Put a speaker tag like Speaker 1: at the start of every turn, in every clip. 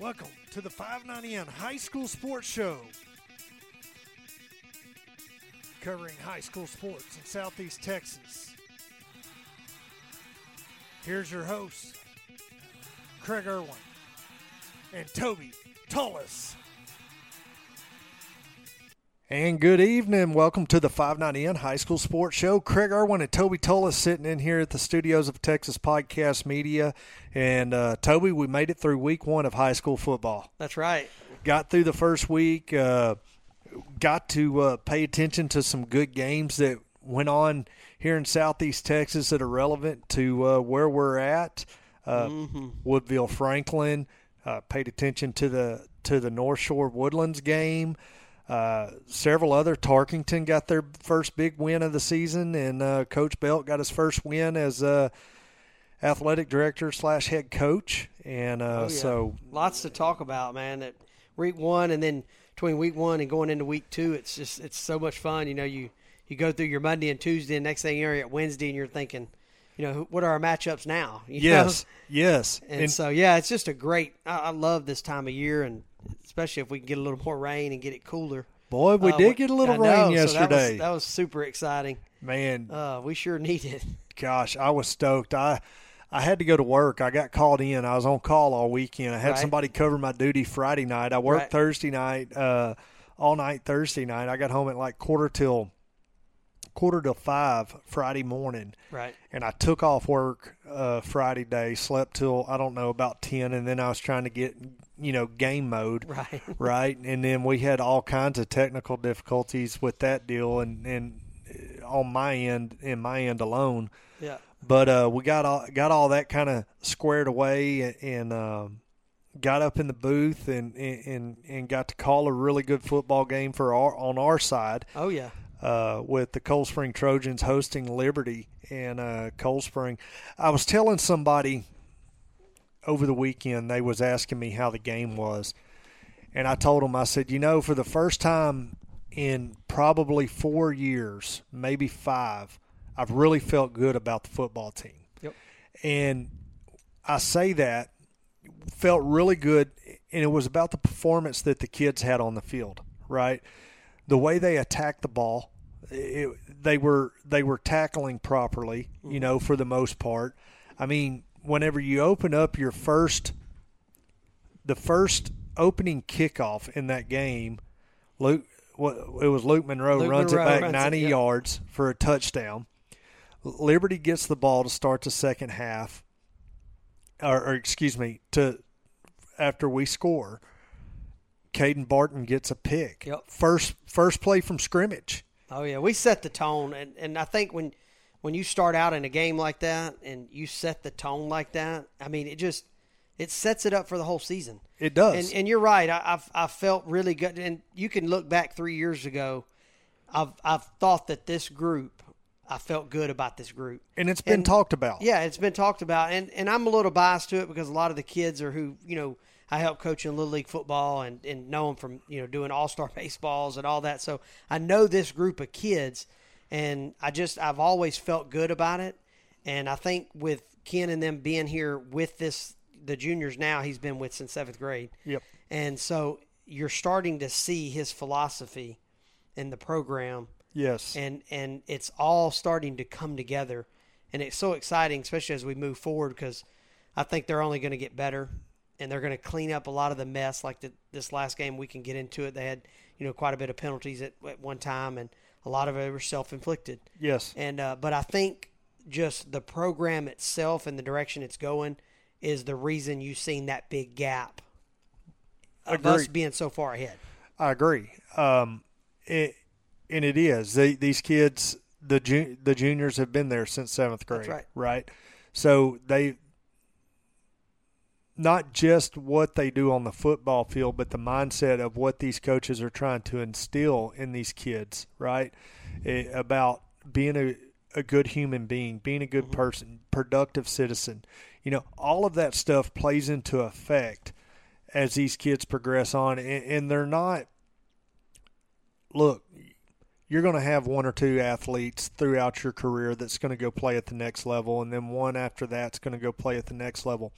Speaker 1: Welcome to the 590N High School Sports Show, covering high school sports in Southeast Texas. Here's your host, Craig Irwin and Toby Tullis. And good evening. Welcome to the 590N High School Sports Show. Craig Irwin and Toby Tullis sitting in here at the studios of Texas Podcast Media. And uh, Toby, we made it through week one of high school football.
Speaker 2: That's right.
Speaker 1: Got through the first week, uh, got to uh, pay attention to some good games that went on here in Southeast Texas that are relevant to uh, where we're at. Uh, Woodville Franklin uh, paid attention to the to the North Shore Woodlands game. Uh, several other Tarkington got their first big win of the season, and uh, Coach Belt got his first win as uh, athletic director slash head coach. And uh,
Speaker 2: Yeah.
Speaker 1: so
Speaker 2: lots to talk about, man. That week one, and then between week one and going into week two, it's just it's so much fun. You know, you you go through your Monday and Tuesday, and next thing you're at Wednesday, and you're thinking, you know, who- what are our matchups now? You
Speaker 1: yes,
Speaker 2: know?
Speaker 1: yes,
Speaker 2: And, so yeah, it's just a great. I, I love this time of year, and especially if we can get a little more rain and get it cooler.
Speaker 1: boy, we
Speaker 2: Uh,
Speaker 1: did get a little
Speaker 2: I
Speaker 1: rain
Speaker 2: know, so that was-
Speaker 1: yesterday.
Speaker 2: that was, super exciting.
Speaker 1: Man,
Speaker 2: Uh, we sure need it.
Speaker 1: gosh, I was stoked. I I had to go to work. I got called in. I was on call all weekend. I had
Speaker 2: Right.
Speaker 1: somebody cover my duty Friday night. I worked
Speaker 2: Right.
Speaker 1: Thursday night, uh, all night Thursday night. I got home at like quarter till quarter to five Friday morning,
Speaker 2: Right.
Speaker 1: and I took off work uh, Friday day. Slept till I don't know about ten, and then I was trying to get you know game mode
Speaker 2: Right.
Speaker 1: right? And then we had all kinds of technical difficulties with that deal, and and uh, on my end, in my end alone.
Speaker 2: Yeah.
Speaker 1: But uh, we got all got all that kind of squared away, and, and um, got up in the booth, and, and and and got to call a really good football game for our on our side
Speaker 2: Oh yeah.
Speaker 1: uh, with the Cold Spring Trojans hosting Liberty and uh, Cold Spring. I was telling somebody over the weekend they was asking me how the game was, and I told them I said, you know, for the first time in probably four years, maybe five, I've really felt good about the football team.
Speaker 2: Yep.
Speaker 1: And I say that felt really good, and it was about the performance that the kids had on the field, right? The way they attacked the ball, it, they were they were tackling properly, you know, for the most part. I mean, whenever you open up your first, the first opening kickoff in that game, Luke, what it was Luke Monroe
Speaker 2: Luke
Speaker 1: runs
Speaker 2: Monroe
Speaker 1: it back
Speaker 2: runs it,
Speaker 1: ninety
Speaker 2: yep.
Speaker 1: yards for a touchdown. Liberty gets the ball to start the second half, or, or excuse me, to after we score, Caden Barton gets a pick.
Speaker 2: Yep.
Speaker 1: First first play from scrimmage.
Speaker 2: Oh yeah, we set the tone, and, and I think when when you start out in a game like that and you set the tone like that, I mean it just it sets it up for the whole season.
Speaker 1: It does.
Speaker 2: And and you're right, I, I've I felt really good, and you can look back three years ago. I've I've thought that this group, I felt good about this group.
Speaker 1: and it's been talked about.
Speaker 2: Yeah, it's been talked about, and and I'm a little biased to it because a lot of the kids are who you know I help coach in little league football and and know them from you know doing all star baseballs and all that. So I know this group of kids, and I just I've always felt good about it, and I think with Ken and them being here with this the juniors now he's been with since seventh grade.
Speaker 1: Yep.
Speaker 2: and so you're starting to see his philosophy in the program
Speaker 1: Yes.
Speaker 2: and and it's all starting to come together and it's so exciting especially as we move forward because i think they're only going to get better and they're going to clean up a lot of the mess like the, this last game we can get into it they had you know quite a bit of penalties at, at one time and a lot of it were self-inflicted
Speaker 1: yes.
Speaker 2: and uh, but i think just the program itself and the direction it's going is the reason you've seen that big gap of us
Speaker 1: Agreed.
Speaker 2: being so far ahead
Speaker 1: I agree. Um, it, and it is they, these kids, the ju- the juniors have been there since seventh grade,
Speaker 2: right.
Speaker 1: So they not just what they do on the football field, but the mindset of what these coaches are trying to instill in these kids, right? Eh, about being a a good human being, being a good person, productive citizen. You know, all of that stuff plays into effect as these kids progress on, and, and they're not. Look, you're going to have one or two athletes throughout your career that's going to go play at the next level, and then one after that's going to go play at the next level.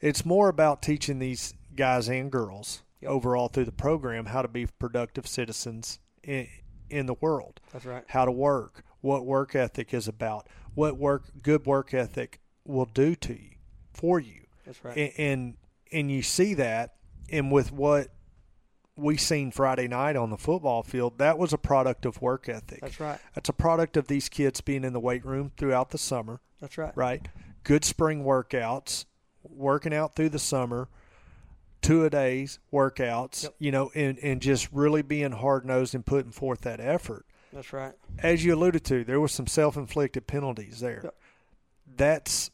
Speaker 1: It's more about teaching these guys and girls overall through the program how to be productive citizens in, in the world
Speaker 2: That's right.
Speaker 1: how to work, what work ethic is about, what work good work ethic will do to you, for you,
Speaker 2: That's right.
Speaker 1: and and, and you see that, and with what we seen Friday night on the football field, that was a product of work ethic.
Speaker 2: That's right.
Speaker 1: That's a product of these kids being in the weight room throughout the summer,
Speaker 2: That's right.
Speaker 1: right? Good spring workouts, working out through the summer, two a days workouts,
Speaker 2: Yep.
Speaker 1: you know, and, and just really being hard nosed and putting forth that effort
Speaker 2: That's right.
Speaker 1: as you alluded to, there were some self-inflicted penalties there.
Speaker 2: Yep.
Speaker 1: That's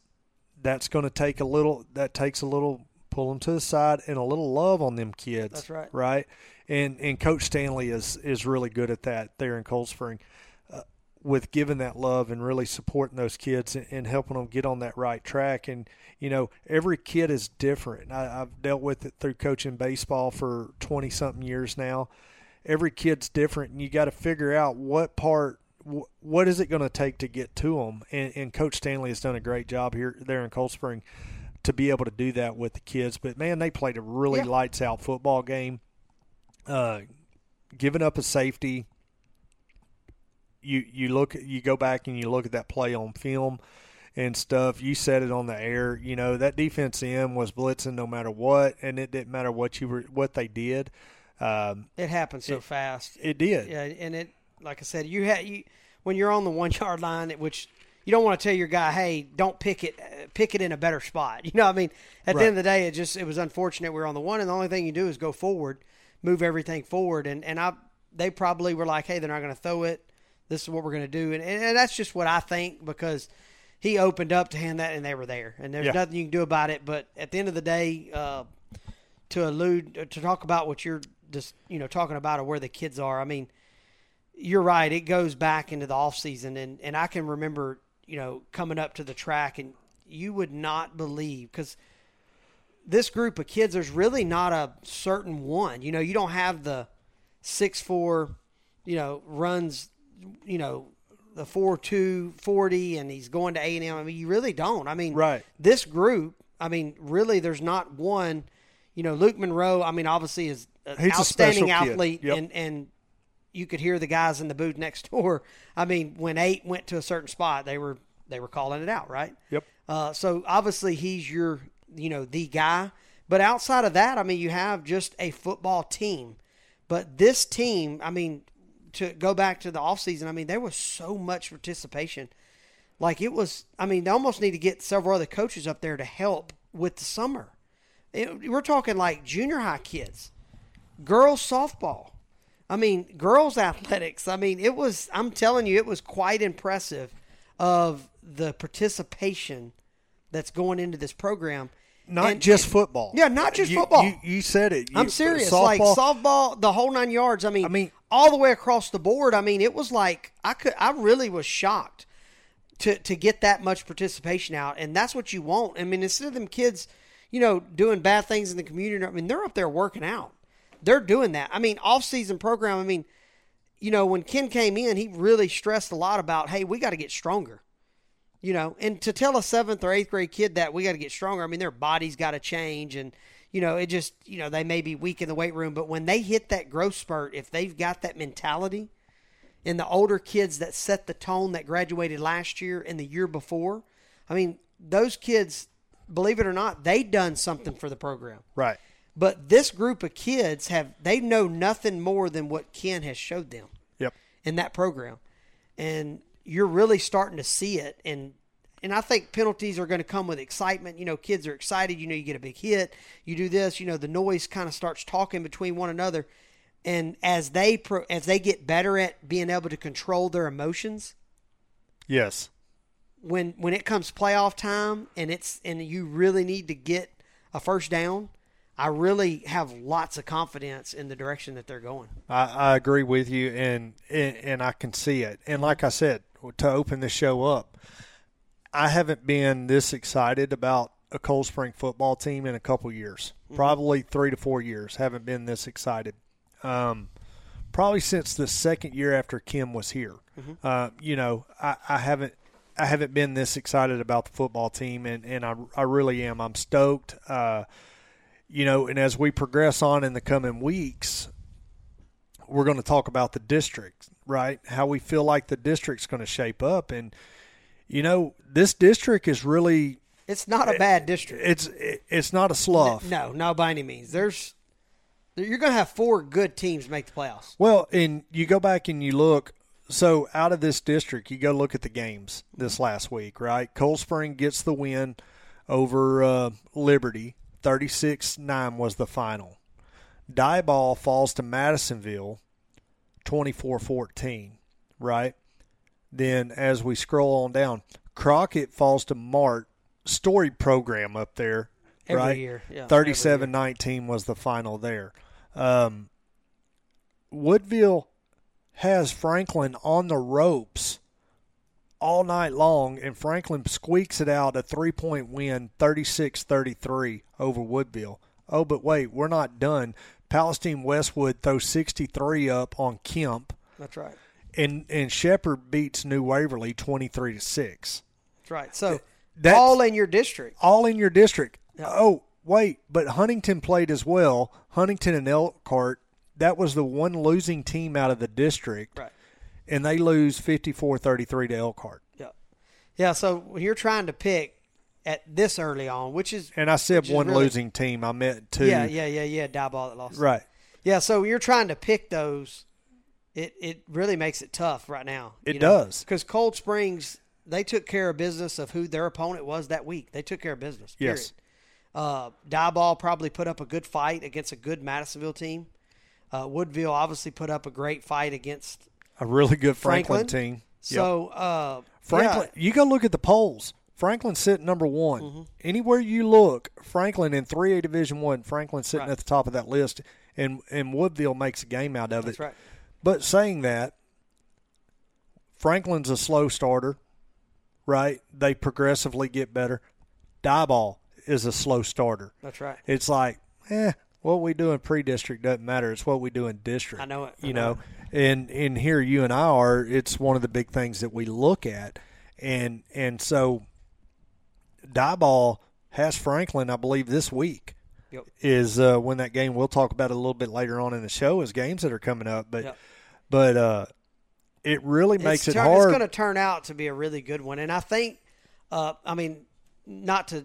Speaker 1: that's going to take a little. That takes a little pull them to the side and a little love on them kids.
Speaker 2: That's right.
Speaker 1: Right. And and Coach Stanley is is really good at that there in Cold Spring, uh, with giving that love and really supporting those kids and, and helping them get on that right track. And you know every kid is different. I, I've dealt with it through coaching baseball for twenty something years now every kid's different and you got to figure out what part wh- what is it going to take to get to them and, and coach stanley has done a great job here there in cold spring to be able to do that with the kids but man they played a really
Speaker 2: Yeah.
Speaker 1: lights out football game uh, giving up a safety you you look you go back and you look at that play on film and stuff you said it on the air you know that defense end was blitzing no matter what and it didn't matter what you were what they did um,
Speaker 2: It happened so fast.
Speaker 1: it did
Speaker 2: Yeah, and it like I said, you had you when you're on the one yard line, which you don't want to tell your guy, hey, don't pick it, uh, pick it in a better spot. You know, what I mean, at the end of the day, it just it was unfortunate we were on the one, and the only thing you do is go forward, move everything forward, and and I they probably were like, hey, they're not going to throw it. This is what we're going to do, and, and and that's just what I think because he opened up to hand that, and they were there, and there's
Speaker 1: Yeah.
Speaker 2: nothing you can do about it. But at the end of the day. Uh, to allude to talk about what you're just you know talking about or where the kids are. I mean, you're right. It goes back into the off season, and and I can remember you know coming up to the track, and you would not believe because this group of kids, there's really not a certain one. You know, you don't have the six four, you know, runs, you know. The four two forty, and he's going to A and I mean, you really don't. I mean,
Speaker 1: Right.
Speaker 2: this group, I mean, really, there's not one. You know, Luke Monroe. I mean, obviously is an
Speaker 1: He's a
Speaker 2: outstanding
Speaker 1: special kid.
Speaker 2: athlete,
Speaker 1: Yep.
Speaker 2: and and you could hear the guys in the booth next door. I mean, when eight went to a certain spot, they were they were calling it out, right?
Speaker 1: Yep.
Speaker 2: Uh, so obviously he's your you know the guy, but outside of that, I mean, you have just a football team. But this team, I mean, to go back to the offseason, I mean, there was so much participation. Like it was, I mean, they almost need to get several other coaches up there to help with the summer. It- we're talking like junior high kids, girls softball. I mean, girls athletics. I mean, it was, I'm telling you, it was quite impressive of the participation that's going into this program.
Speaker 1: Not
Speaker 2: And-
Speaker 1: just football.
Speaker 2: Yeah, not just
Speaker 1: You-
Speaker 2: football.
Speaker 1: You, you said it.
Speaker 2: I'm
Speaker 1: You-
Speaker 2: serious.
Speaker 1: Softball,
Speaker 2: Like softball, the whole nine yards. I mean, I
Speaker 1: mean-
Speaker 2: all the way across the board. I mean, it was like I could. I really was shocked to to get that much participation out, and that's what you want. I mean, instead of them kids, you know, doing bad things in the community. I mean, they're up there working out. They're doing that. I mean, off season program. I mean, you know, when Ken came in, he really stressed a lot about, hey, we got to get stronger. You know, and to tell a seventh or eighth grade kid that we got to get stronger, I mean, their body's got to change. And, you know, it just, you know, they may be weak in the weight room, but when they hit that growth spurt, if they've got that mentality, and the older kids that set the tone that graduated last year and the year before, I mean, those kids, believe it or not, they done something for the program.
Speaker 1: right.
Speaker 2: But this group of kids have, they know nothing more than what Ken has showed them
Speaker 1: Yep.
Speaker 2: in that program, and you're really starting to see it. And and I think penalties are going to come with excitement. You know, kids are excited. You know, you get a big hit. You do this. You know, the noise kind of starts talking between one another. And as they pro- as they get better at being able to control their emotions,
Speaker 1: Yes.
Speaker 2: when when it comes playoff time and it's and you really need to get a first down, I really have lots of confidence in the direction that they're going.
Speaker 1: I, I agree with you, and, and and I can see it. And like I said, to open the show up, I haven't been this excited about a Cold Spring football team in a couple years. Probably three to four years. Haven't been this excited. Um, probably since the second year after Kim was here. Uh, you know, I, I haven't. I haven't been this excited about the football team, and, and I, I really am. I'm stoked. Uh, you know, and as we progress on in the coming weeks, we're going to talk about the district, right? How we feel like the district's going to shape up, and you know, this district is really
Speaker 2: It's not a bad district.
Speaker 1: it's it's not a slough.
Speaker 2: no, no, by any means. There's you're going to have four good teams make the playoffs.
Speaker 1: Well, and you go back and you look. So out of this district, you go look at the games this last week, right? Cold Spring gets the win over uh, Liberty. 36 9 was the final. Die ball falls to Madisonville 24 14, right? Then as we scroll on down, Crockett falls to Mart. Story program up there,
Speaker 2: Every
Speaker 1: right?
Speaker 2: year, yeah, every year.
Speaker 1: 37 19 was the final there. Um, Woodville has Franklin on the ropes all night long, and Franklin squeaks it out a three point win 36 33 over Woodville. Oh, but wait, we're not done. Palestine Westwood throws 63 up on Kemp,
Speaker 2: That's right.
Speaker 1: and, and Shepherd beats New Waverly 23 to 6.
Speaker 2: That's right. So
Speaker 1: That's-
Speaker 2: all in your district.
Speaker 1: all in your district. Oh, wait, but Huntington played as well. Huntington and Elkhart, that was the one losing team out of the district,
Speaker 2: Right.
Speaker 1: and they lose 54-33 to Elkhart.
Speaker 2: Yeah. Yeah, so when you're trying to pick at this early on, which is
Speaker 1: And I said
Speaker 2: is
Speaker 1: one
Speaker 2: really-
Speaker 1: losing team, I meant two.
Speaker 2: yeah, yeah, yeah, yeah, die ball that lost.
Speaker 1: Right.
Speaker 2: Yeah, so you're trying to pick those. It it really makes it tough right now.
Speaker 1: It
Speaker 2: you
Speaker 1: does.
Speaker 2: because Cold Springs they took care of business of who their opponent was that week. They took care of business. Period.
Speaker 1: Yes.
Speaker 2: Uh, Die Ball probably put up a good fight against a good Madisonville team. Uh, Woodville obviously put up a great fight against
Speaker 1: A really good Franklin,
Speaker 2: Franklin.
Speaker 1: team. Yep.
Speaker 2: So uh,
Speaker 1: Franklin,
Speaker 2: yeah,
Speaker 1: you go look at the polls. Franklin's sitting number one.
Speaker 2: Mm-hmm.
Speaker 1: Anywhere you look, Franklin in three A Division One, Franklin's sitting
Speaker 2: Right.
Speaker 1: at the top of that list, and and Woodville makes a game out of it.
Speaker 2: that's right.
Speaker 1: But saying that, Franklin's a slow starter, right? They progressively get better. Dieball is a slow starter.
Speaker 2: That's right.
Speaker 1: It's like, eh, what we do in pre-district doesn't matter. It's what we do in district.
Speaker 2: I know it. I
Speaker 1: You
Speaker 2: know
Speaker 1: know, and and here you and I are. It's one of the big things that we look at, and and so, Dieball has Franklin, I believe, this week
Speaker 2: Yep.
Speaker 1: is uh, when that game we'll talk about it a little bit later on in the show is games that are coming up but
Speaker 2: Yep.
Speaker 1: but uh it really makes
Speaker 2: it's
Speaker 1: it
Speaker 2: turn-
Speaker 1: hard
Speaker 2: It's going to turn out to be a really good one, and I think, uh, I mean, not to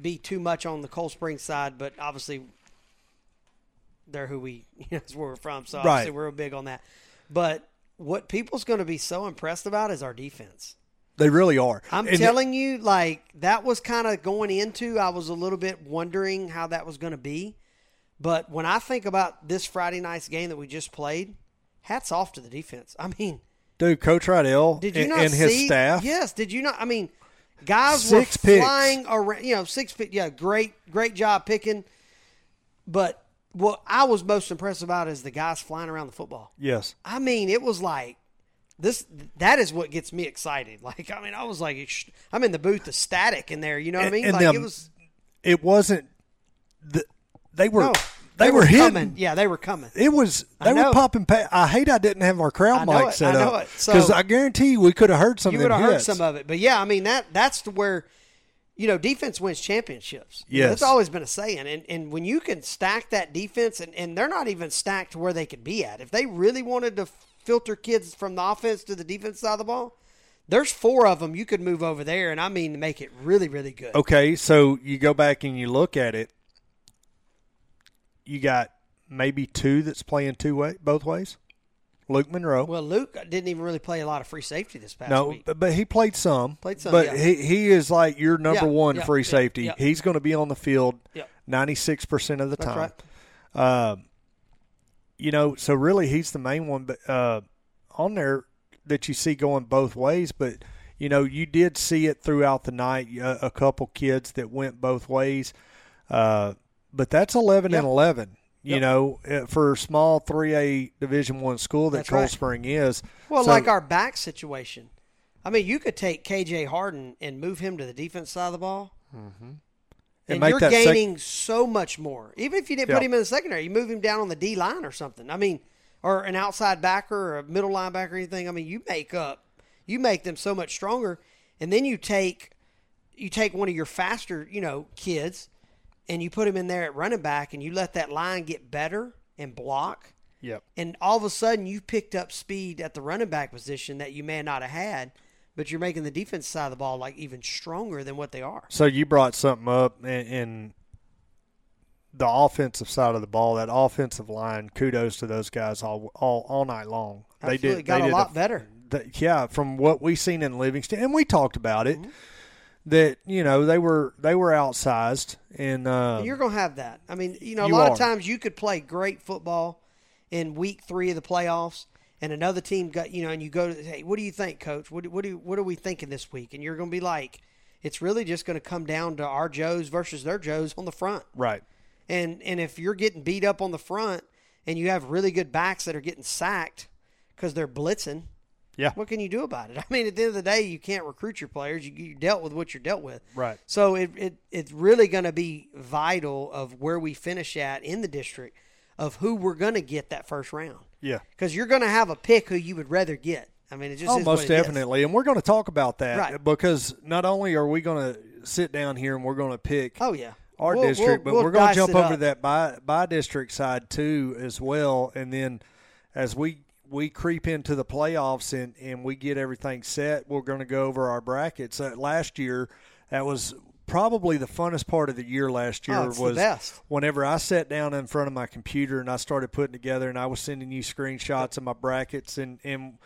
Speaker 2: be too much on the Cold Springs side, but obviously they're who we, you know, it's where we're from, so obviously
Speaker 1: Right.
Speaker 2: we're big on that. But what people's going to be so impressed about is our defense.
Speaker 1: they really are
Speaker 2: I'm
Speaker 1: And
Speaker 2: telling you, like that was kind of going into. I was a little bit wondering how that was going to be, but when I think about this Friday night's game that we just played, hats off to the defense. I mean.
Speaker 1: dude coach Riddell
Speaker 2: Did you
Speaker 1: and,
Speaker 2: not
Speaker 1: and his
Speaker 2: see-
Speaker 1: staff
Speaker 2: Yes. Did you not? I mean, guys
Speaker 1: Six
Speaker 2: were
Speaker 1: picks.
Speaker 2: flying around. You know, six pick. Yeah, great, great job picking. But what I was most impressed about is the guys flying around the football.
Speaker 1: yes
Speaker 2: I mean, it was like this. That is what gets me excited. Like, I mean, I was like, sh- I'm in the booth, ecstatic in there. You know what I
Speaker 1: And-
Speaker 2: mean?
Speaker 1: and
Speaker 2: like,
Speaker 1: them-
Speaker 2: it was.
Speaker 1: it wasn't the, they were
Speaker 2: No,
Speaker 1: they, were, hitting
Speaker 2: coming. Yeah, they were coming.
Speaker 1: It was they were
Speaker 2: know.
Speaker 1: popping. Pa- I hate I didn't have our crowd
Speaker 2: I know
Speaker 1: mic
Speaker 2: it,
Speaker 1: set
Speaker 2: I know
Speaker 1: up
Speaker 2: it. So-
Speaker 1: because I guarantee you we could have heard some
Speaker 2: you
Speaker 1: of
Speaker 2: would
Speaker 1: them
Speaker 2: have heard
Speaker 1: hits.
Speaker 2: some of it. But yeah, I mean that that's to where you know defense wins championships. You
Speaker 1: Yes.
Speaker 2: know, that's always been a saying. And and when you can stack that defense, and and they're not even stacked to where they could be at. If they really wanted to filter kids from the offense to the defense side of the ball, there's four of them you could move over there, and I mean make it really really good.
Speaker 1: okay, so you go back and you look at it. You got maybe two that's playing two way both ways. Luke Monroe.
Speaker 2: Well, Luke didn't even really play a lot of free safety this past
Speaker 1: no,
Speaker 2: week.
Speaker 1: but, but he played some.
Speaker 2: Played some,
Speaker 1: But
Speaker 2: yeah.
Speaker 1: he he is like your number
Speaker 2: Yeah,
Speaker 1: one
Speaker 2: yeah,
Speaker 1: free
Speaker 2: yeah,
Speaker 1: safety.
Speaker 2: yeah.
Speaker 1: He's going to be on the field
Speaker 2: Yeah.
Speaker 1: ninety six percent of the
Speaker 2: That's
Speaker 1: time.
Speaker 2: right.
Speaker 1: You know, so really he's the main one, but uh, on there that you see going both ways. But you know, you did see it throughout the night. uh, A, a couple kids that went both ways. Uh, but that's 11 and
Speaker 2: Yeah.
Speaker 1: 11 you
Speaker 2: Yep.
Speaker 1: know uh, for a small 3a division 1 school that
Speaker 2: That's
Speaker 1: cold
Speaker 2: right.
Speaker 1: spring is
Speaker 2: Well,
Speaker 1: So-
Speaker 2: like our back situation. I mean, you could take KJ Harden and move him to the defense side of the ball.
Speaker 1: Mm-hmm. And
Speaker 2: And,
Speaker 1: make
Speaker 2: you're
Speaker 1: that sec-
Speaker 2: gaining so much more. Even if you didn't put
Speaker 1: Yeah.
Speaker 2: him in the secondary, you move him down on the D line or something. I mean, or an outside backer or a middle linebacker or anything. I mean, you make up, you make them so much stronger. And then you take, you take one of your faster, you know, kids and you put him in there at running back and you let that line get better and block,
Speaker 1: Yep.
Speaker 2: and all of a sudden you picked up speed at the running back position that you may not have had, but you're making the defense side of the ball like even stronger than what they are.
Speaker 1: So you brought something up in, in the offensive side of the ball. That offensive line, kudos to those guys all all, all night long.
Speaker 2: Absolutely.
Speaker 1: They did
Speaker 2: got
Speaker 1: they
Speaker 2: a
Speaker 1: did
Speaker 2: lot better.
Speaker 1: the, yeah, from what we seen in Livingston, and we talked about it that you know they were they were outsized and uh,
Speaker 2: And you're going to have that. I mean, you know, a
Speaker 1: You
Speaker 2: lot
Speaker 1: are.
Speaker 2: of times you could play great football in week three of the playoffs, and another team got you know, and you go to hey, what do you think, coach? What do- what do what are we thinking this week? And you're going to be like, it's really just going to come down to our Joes versus their Joes on the front.
Speaker 1: right.
Speaker 2: And and if you're getting beat up on the front, and you have really good backs that are getting sacked because they're blitzing,
Speaker 1: Yeah.
Speaker 2: what can you do about it? I mean, at the end of the day, you can't recruit your players. You, you dealt with what you're dealt with.
Speaker 1: Right.
Speaker 2: So it, it it's really going to be vital of where we finish at in the district of who we're going to get that first round.
Speaker 1: Yeah.
Speaker 2: Because you're going to have a pick who you would rather get. I mean, it just
Speaker 1: Oh,
Speaker 2: is
Speaker 1: most
Speaker 2: what it is.
Speaker 1: definitely. And we're going to talk about that
Speaker 2: Right.
Speaker 1: because not only are we going to sit down here and we're going to pick
Speaker 2: Oh yeah.
Speaker 1: our
Speaker 2: We'll-
Speaker 1: district,
Speaker 2: we'll-
Speaker 1: but
Speaker 2: we'll
Speaker 1: we're going to
Speaker 2: dice
Speaker 1: jump
Speaker 2: it
Speaker 1: over to
Speaker 2: up.
Speaker 1: that by by district side too as well. And then as we we creep into the playoffs and and we get everything set, we're going to go over our brackets. Uh, last year, that was probably the funnest part of the year. Last year
Speaker 2: Oh, it's the
Speaker 1: was
Speaker 2: best.
Speaker 1: whenever I sat down in front of my computer and I started putting together, and I was sending you screenshots of my brackets and and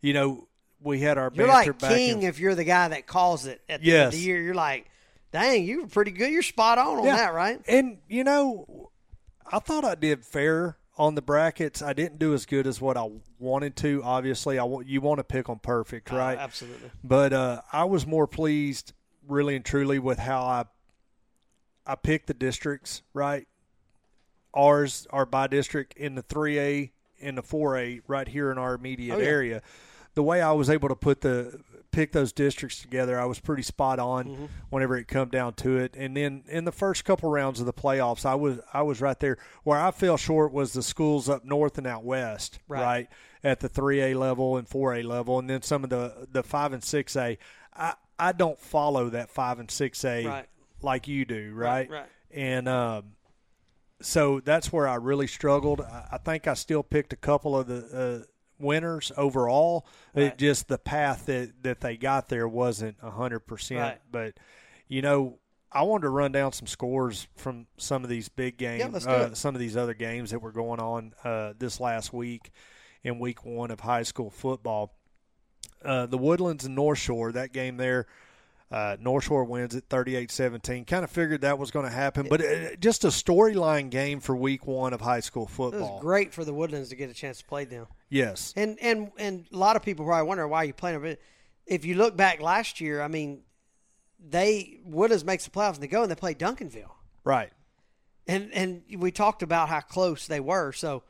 Speaker 1: you know. We had our
Speaker 2: You're
Speaker 1: banter
Speaker 2: like
Speaker 1: back and
Speaker 2: king if you're the guy that calls it at the end
Speaker 1: Yes.
Speaker 2: of the year. You're like, dang, you were pretty good. You're spot on on that, right?
Speaker 1: And you know, I thought I did fair on the brackets. I didn't do as good as what I wanted to. Obviously, I want you want to pick on perfect, right?
Speaker 2: Absolutely.
Speaker 1: But uh, I was more pleased, really and truly, with how I I picked the districts. Right, ours are by district in the three A and the four A right here in our immediate
Speaker 2: Oh, yeah.
Speaker 1: area. The way I was able to put the pick those districts together, I was pretty spot on
Speaker 2: Mm-hmm.
Speaker 1: whenever it come down to it. And then in the first couple rounds of the playoffs, I was I was right there. Where I fell short was the schools up north and out west,
Speaker 2: Right.
Speaker 1: right? at the 3A level and 4A level, and then some of the the 5 and 6A. I I don't follow that 5 and 6A
Speaker 2: Right.
Speaker 1: like you do, right?
Speaker 2: right.
Speaker 1: And um, so that's where I really struggled. I, I think I still picked a couple of the uh, winners overall. It
Speaker 2: Right.
Speaker 1: just the path that that they got there wasn't hundred percent.
Speaker 2: Right.
Speaker 1: But you know. I wanted to run down some scores from some of these big games,
Speaker 2: let's do
Speaker 1: uh,
Speaker 2: it.
Speaker 1: some of these other games that were going on uh, this last week in week one of high school football. Uh, the Woodlands and North Shore, that game there, uh, North Shore wins at 38 17. Kind of figured that was going to happen, but uh just a storyline game for week one of high school
Speaker 2: It was
Speaker 1: football.
Speaker 2: great for the Woodlands to get a chance to play them.
Speaker 1: Yes.
Speaker 2: And and and a lot of people probably wonder why you playing them. But if you look back last year, I mean, they Woodlands makes the playoffs and they go and they play Duncanville,
Speaker 1: Right.
Speaker 2: and and we talked about how close they were. So,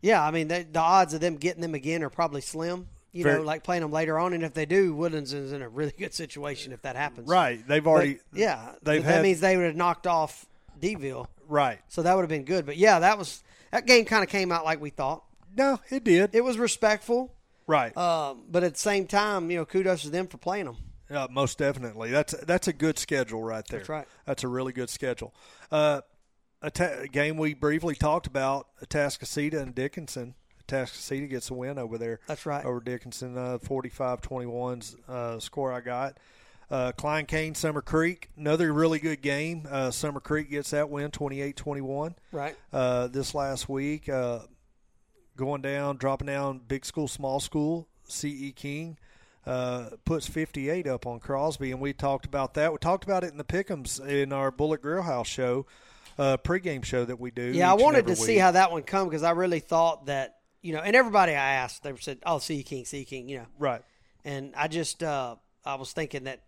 Speaker 2: yeah, I mean, they, the odds of them getting them again are probably slim. You
Speaker 1: Very-
Speaker 2: know, like playing them later on, and if they do, Woodlands is in a really good situation if that happens.
Speaker 1: Right. They've
Speaker 2: But,
Speaker 1: already.
Speaker 2: yeah,
Speaker 1: They've
Speaker 2: that
Speaker 1: had-
Speaker 2: means they would have knocked off Deville,
Speaker 1: Right.
Speaker 2: so that would have been good. But yeah, that was that game kind of came out like we thought.
Speaker 1: No, it did.
Speaker 2: It was respectful.
Speaker 1: right.
Speaker 2: Um, but at the same time, you know, kudos to them for playing them.
Speaker 1: Uh, most definitely. That's that's a good schedule right there.
Speaker 2: That's right.
Speaker 1: That's a really good schedule. Uh, a, ta- a game we briefly talked about: Atascocita and Dickinson. Atascocita gets a win over there.
Speaker 2: That's right.
Speaker 1: Over Dickinson, uh, 45-21's uh, score I got. Uh, Klein Kane, Summer Creek, another really good game. Uh, Summer Creek gets that win, 28-21
Speaker 2: Right.
Speaker 1: uh, this last week. Uh, going down, dropping down, big school, small school. C.E. King uh, puts 58 up on Crosby, and we talked about that. We talked about it in the Pickums in our Bullet Grill House show, uh, pregame show that we do.
Speaker 2: Yeah,
Speaker 1: each
Speaker 2: I
Speaker 1: and
Speaker 2: wanted
Speaker 1: every
Speaker 2: to see
Speaker 1: week.
Speaker 2: how that one come because I really thought that you know, and everybody I asked, they said, "Oh, see King, see King," you know,
Speaker 1: Right.
Speaker 2: and I just uh, I was thinking that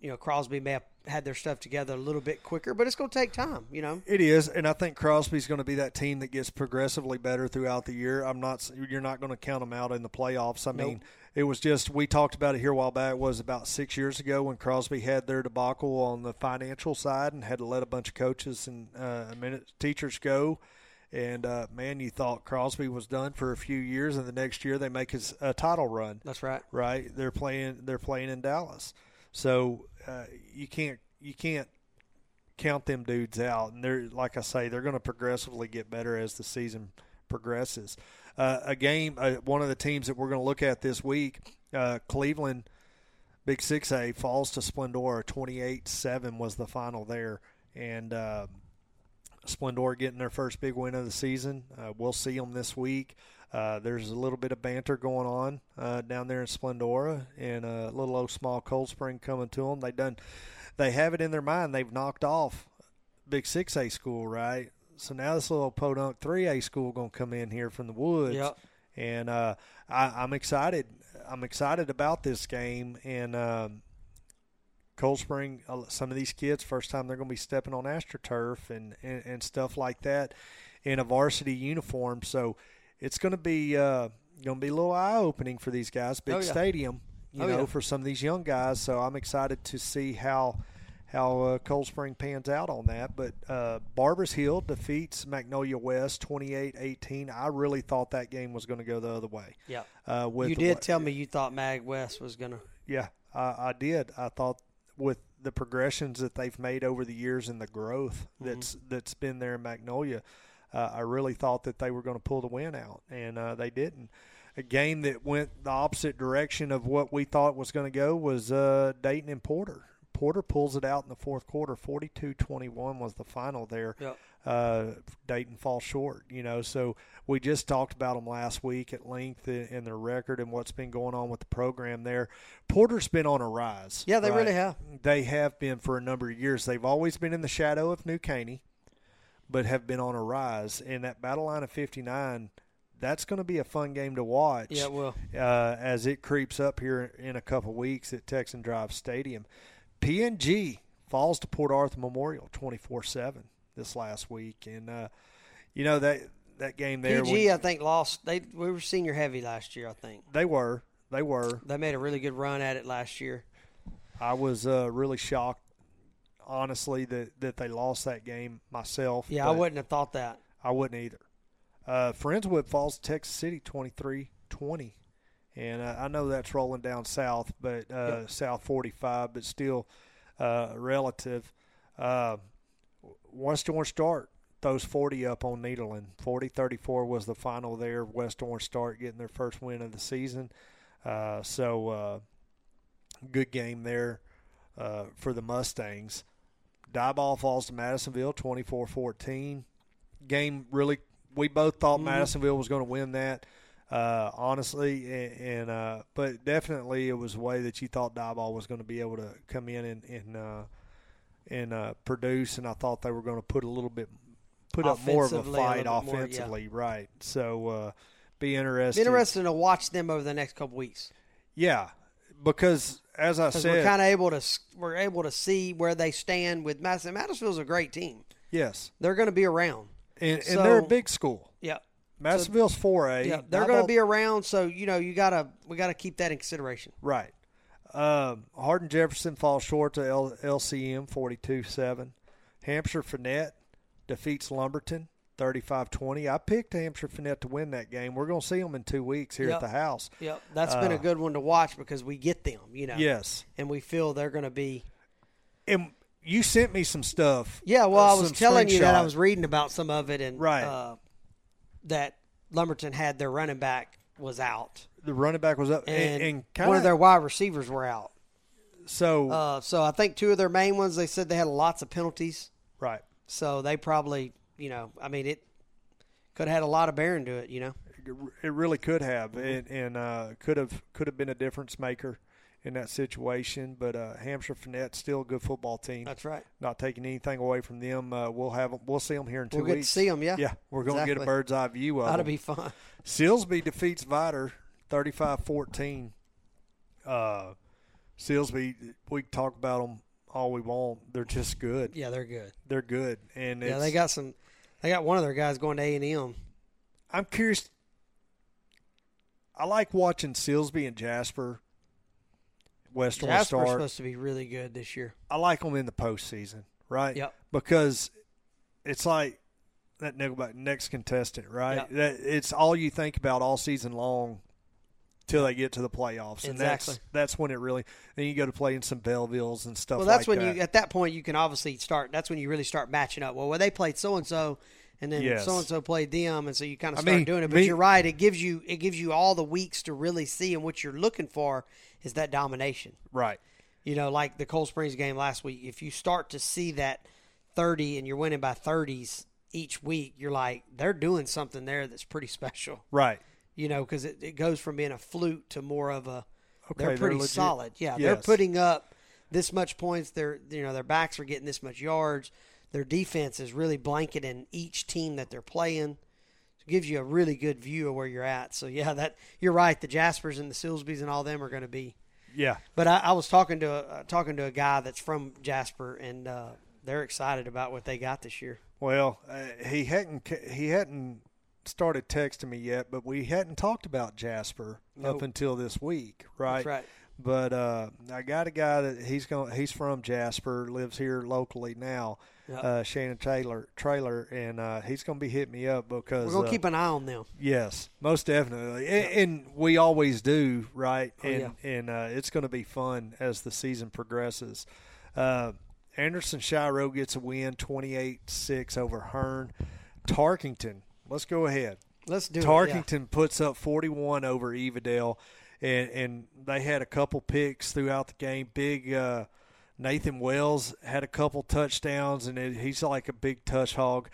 Speaker 2: you know Crosby may have had their stuff together a little bit quicker, but it's going to take time, you know.
Speaker 1: It is, and I think Crosby's going to be that team that gets progressively better throughout the year. I'm not. You're not going to count them out in the playoffs. I mean, it was just we talked about it here a while back. It was about six years ago when Crosby had their debacle on the financial side and had to let a bunch of coaches and uh, admin- teachers go. And uh, man, you thought Crosby was done for a few years, and the next year they make his a title run
Speaker 2: That's right.
Speaker 1: right? They're playing. They're playing in Dallas, so uh, you can't you can't count them dudes out. And they're like I say, they're going to progressively get better as the season progresses. Uh, a game, uh, one of the teams that we're going to look at this week, uh, Cleveland Big Six A falls to Splendor. Twenty eight seven was the final there, and uh, Splendor getting their first big win of the season. Uh, we'll see them this week. Uh, there's a little bit of banter going on uh, down there in Splendora, and a little old small Cold Spring coming to them. They done, they have it in their mind. They've knocked off Big Six A school, right? So now this little podunk three A school gonna come in here from the woods,
Speaker 2: Yep.
Speaker 1: and uh, I, I'm excited. I'm excited about this game, and um, Cold Spring, uh, some of these kids, first time they're going to be stepping on AstroTurf and, and, and stuff like that in a varsity uniform. So it's going to be uh, going to be a little eye opening for these guys. Big
Speaker 2: Oh, yeah.
Speaker 1: stadium, you
Speaker 2: Oh,
Speaker 1: know,
Speaker 2: yeah.
Speaker 1: for some of these young guys. So I'm excited to see how how uh, Cold Spring pans out on that. But uh, Barbers Hill defeats Magnolia West 28-18. I really thought that game was going to go the other way.
Speaker 2: Yeah.
Speaker 1: Uh, with
Speaker 2: You
Speaker 1: the
Speaker 2: did
Speaker 1: wa-
Speaker 2: tell me you thought Mag West was gonna.
Speaker 1: yeah, I, I did. I thought with the progressions that they've made over the years and the growth that's that's been there in Magnolia, uh, I really thought that they were going to pull the win out, and uh, they didn't. A game that went the opposite direction of what we thought was going to go was uh, Dayton and Porter. Porter pulls it out in the fourth quarter. 42-21 was the final there
Speaker 2: Yep.
Speaker 1: uh, Dayton falls short. You know, so we just talked about them last week at length and, and their record and what's been going on with the program there. Porter's been on a rise.
Speaker 2: Yeah, they really have.
Speaker 1: They have been for a number of years. They've always been in the shadow of New Caney, but have been on a rise. And that battle line of 59, that's going to be a fun game to watch
Speaker 2: Yeah. Well.
Speaker 1: uh, as it creeps up here in a couple weeks at Texan Drive Stadium. PNG falls to Port Arthur Memorial 24-7 this last week, and uh, you know that that game there.
Speaker 2: PG,
Speaker 1: when-
Speaker 2: I think lost. They we were senior heavy last year. I think
Speaker 1: they were they were.
Speaker 2: they made a really good run at it last year.
Speaker 1: I was uh, really shocked, honestly, that that they lost that game myself.
Speaker 2: Yeah, I
Speaker 1: but
Speaker 2: wouldn't have thought that.
Speaker 1: I wouldn't either. Uh, Friendswood falls to Texas City 23-20. And uh, I know that's rolling down south, but uh, south 45, but still uh, relative. Uh, West Orange Start throws 40 up on Needleland. 40-34 was the final there. West Orange Start getting their first win of the season. Uh, so uh, good game there uh, for the Mustangs. Die ball falls to Madisonville 24-14 game really we both thought
Speaker 2: Mm-hmm.
Speaker 1: Madisonville was going to win that uh, honestly and, and uh, but definitely it was a way that you thought Dieball was going to be able to come in and and, uh, and uh, produce and I thought they were going to put a little bit put up more of a
Speaker 2: Offensively, a
Speaker 1: fight
Speaker 2: little bit more, yeah.
Speaker 1: offensively right so uh, be interesting
Speaker 2: Interesting to watch them over the next couple weeks
Speaker 1: yeah because as I
Speaker 2: because
Speaker 1: said
Speaker 2: we're kind of able to s- we're able to see where they stand with Madison. Madisonville's a great team.
Speaker 1: yes
Speaker 2: They're going to be around.
Speaker 1: and, and they're a
Speaker 2: So-
Speaker 1: big school
Speaker 2: Yeah.
Speaker 1: Madisonville's 4A
Speaker 2: Yeah, they're going to be around, so you know you gotta we gotta keep that in consideration.
Speaker 1: Right. Um, Hardin Jefferson falls short to L- LCM 42 7. Hampshire Finette defeats Lumberton 35 20. I picked Hampshire Finette to win that game. We're going to see them in two weeks here at
Speaker 2: Yep.
Speaker 1: the house.
Speaker 2: Yep, that's been a good one to watch because we get them, you know.
Speaker 1: Yes.
Speaker 2: and we feel they're going to be.
Speaker 1: And you sent me some stuff.
Speaker 2: Yeah, well,
Speaker 1: uh,
Speaker 2: I was
Speaker 1: some
Speaker 2: telling you that I
Speaker 1: screenshots.
Speaker 2: was reading about some of it, and
Speaker 1: Right.
Speaker 2: uh, that Lumberton had their running back was out,
Speaker 1: The running back was up. And,
Speaker 2: and,
Speaker 1: and
Speaker 2: one
Speaker 1: kind
Speaker 2: of their wide receivers were out.
Speaker 1: So,
Speaker 2: Uh, so I think two of their main ones. They said they had lots of penalties,
Speaker 1: right.
Speaker 2: so they probably, you know, I mean, it could have had a lot of bearing to it, you know.
Speaker 1: it really could have
Speaker 2: Mm-hmm.
Speaker 1: and, and uh, could have could have been a difference maker in that situation but uh, hampshire finette still a good football team
Speaker 2: That's right.
Speaker 1: not taking anything away from them uh, we'll have 'em- we'll see them here in 2
Speaker 2: We'll get to
Speaker 1: weeks
Speaker 2: see them. Yeah,
Speaker 1: yeah we're going to get a
Speaker 2: Exactly.
Speaker 1: bird's eye view of
Speaker 2: That'll
Speaker 1: them.
Speaker 2: be fun.
Speaker 1: Sealsby defeats Viter 35-14. Uh, Sealsby, we can talk about them all we want. They're just good.
Speaker 2: Yeah, they're good.
Speaker 1: They're good, and
Speaker 2: yeah,
Speaker 1: it's,
Speaker 2: they got some. They got one of their guys going to A and M.
Speaker 1: I'm curious. I like watching Silsby and Jasper. West Orange
Speaker 2: Jasper's
Speaker 1: Star.
Speaker 2: supposed to be really good this year.
Speaker 1: I like them in the postseason, right?
Speaker 2: Yep.
Speaker 1: Because it's like that nickelback next contestant, right?
Speaker 2: Yep.
Speaker 1: That it's all you think about all season long till they get to the playoffs, and
Speaker 2: Exactly.
Speaker 1: that's that's when it really. Then you go to play in some Bellevilles and stuff.
Speaker 2: Well, that's
Speaker 1: like
Speaker 2: when
Speaker 1: that.
Speaker 2: you at that point you can obviously start. That's when you really start matching up. Well, well they played so and so, and then
Speaker 1: Yes.
Speaker 2: so and so played them, and so you kind of
Speaker 1: I
Speaker 2: start
Speaker 1: mean,
Speaker 2: doing it. But
Speaker 1: me-
Speaker 2: you're right; it gives you it gives you all the weeks to really see, and what you're looking for is that domination.
Speaker 1: right.
Speaker 2: You know, like the Cold Springs game last week. If you start to see that thirty, and you're winning by thirties each week, you're like they're doing something there that's pretty special.
Speaker 1: Right.
Speaker 2: You know, because it, it goes from being a fluke to more of a
Speaker 1: they're
Speaker 2: they're pretty
Speaker 1: legit.
Speaker 2: solid. Yeah, they're
Speaker 1: Yes.
Speaker 2: putting up this much points. They're you know their backs are getting this much yards. Their defense is really blanketing each team that they're playing. So it gives you a really good view of where you're at. So yeah, that you're right. The Jaspers and the Silsbees and all them are going to be.
Speaker 1: Yeah.
Speaker 2: But I, I was talking to a, uh, talking to a guy that's from Jasper, and uh, they're excited about what they got this year.
Speaker 1: Well, uh, he hadn't ca- he hadn't started texting me yet, but we hadn't talked about Jasper up
Speaker 2: Nope.
Speaker 1: until this week, right?
Speaker 2: That's right.
Speaker 1: But uh, I got a guy that he's going. He's from Jasper, lives here locally now.
Speaker 2: Yep.
Speaker 1: Uh, Shannon Taylor, trailer, and uh, he's going to be hitting me up because
Speaker 2: We're gonna
Speaker 1: uh,
Speaker 2: keep an eye on them.
Speaker 1: Yes, most definitely, and, and we always do, right?
Speaker 2: Oh,
Speaker 1: and and uh, it's going to be fun as the season progresses. Uh, Anderson Shiro gets a win, twenty eight six over Hearn. Tarkington, let's go ahead.
Speaker 2: Let's do it. yeah.
Speaker 1: Tarkington puts up forty one over Evadale, and and they had a couple picks throughout the game. Big uh, Nathan Wells had a couple touchdowns, and it, he's like a big touch hog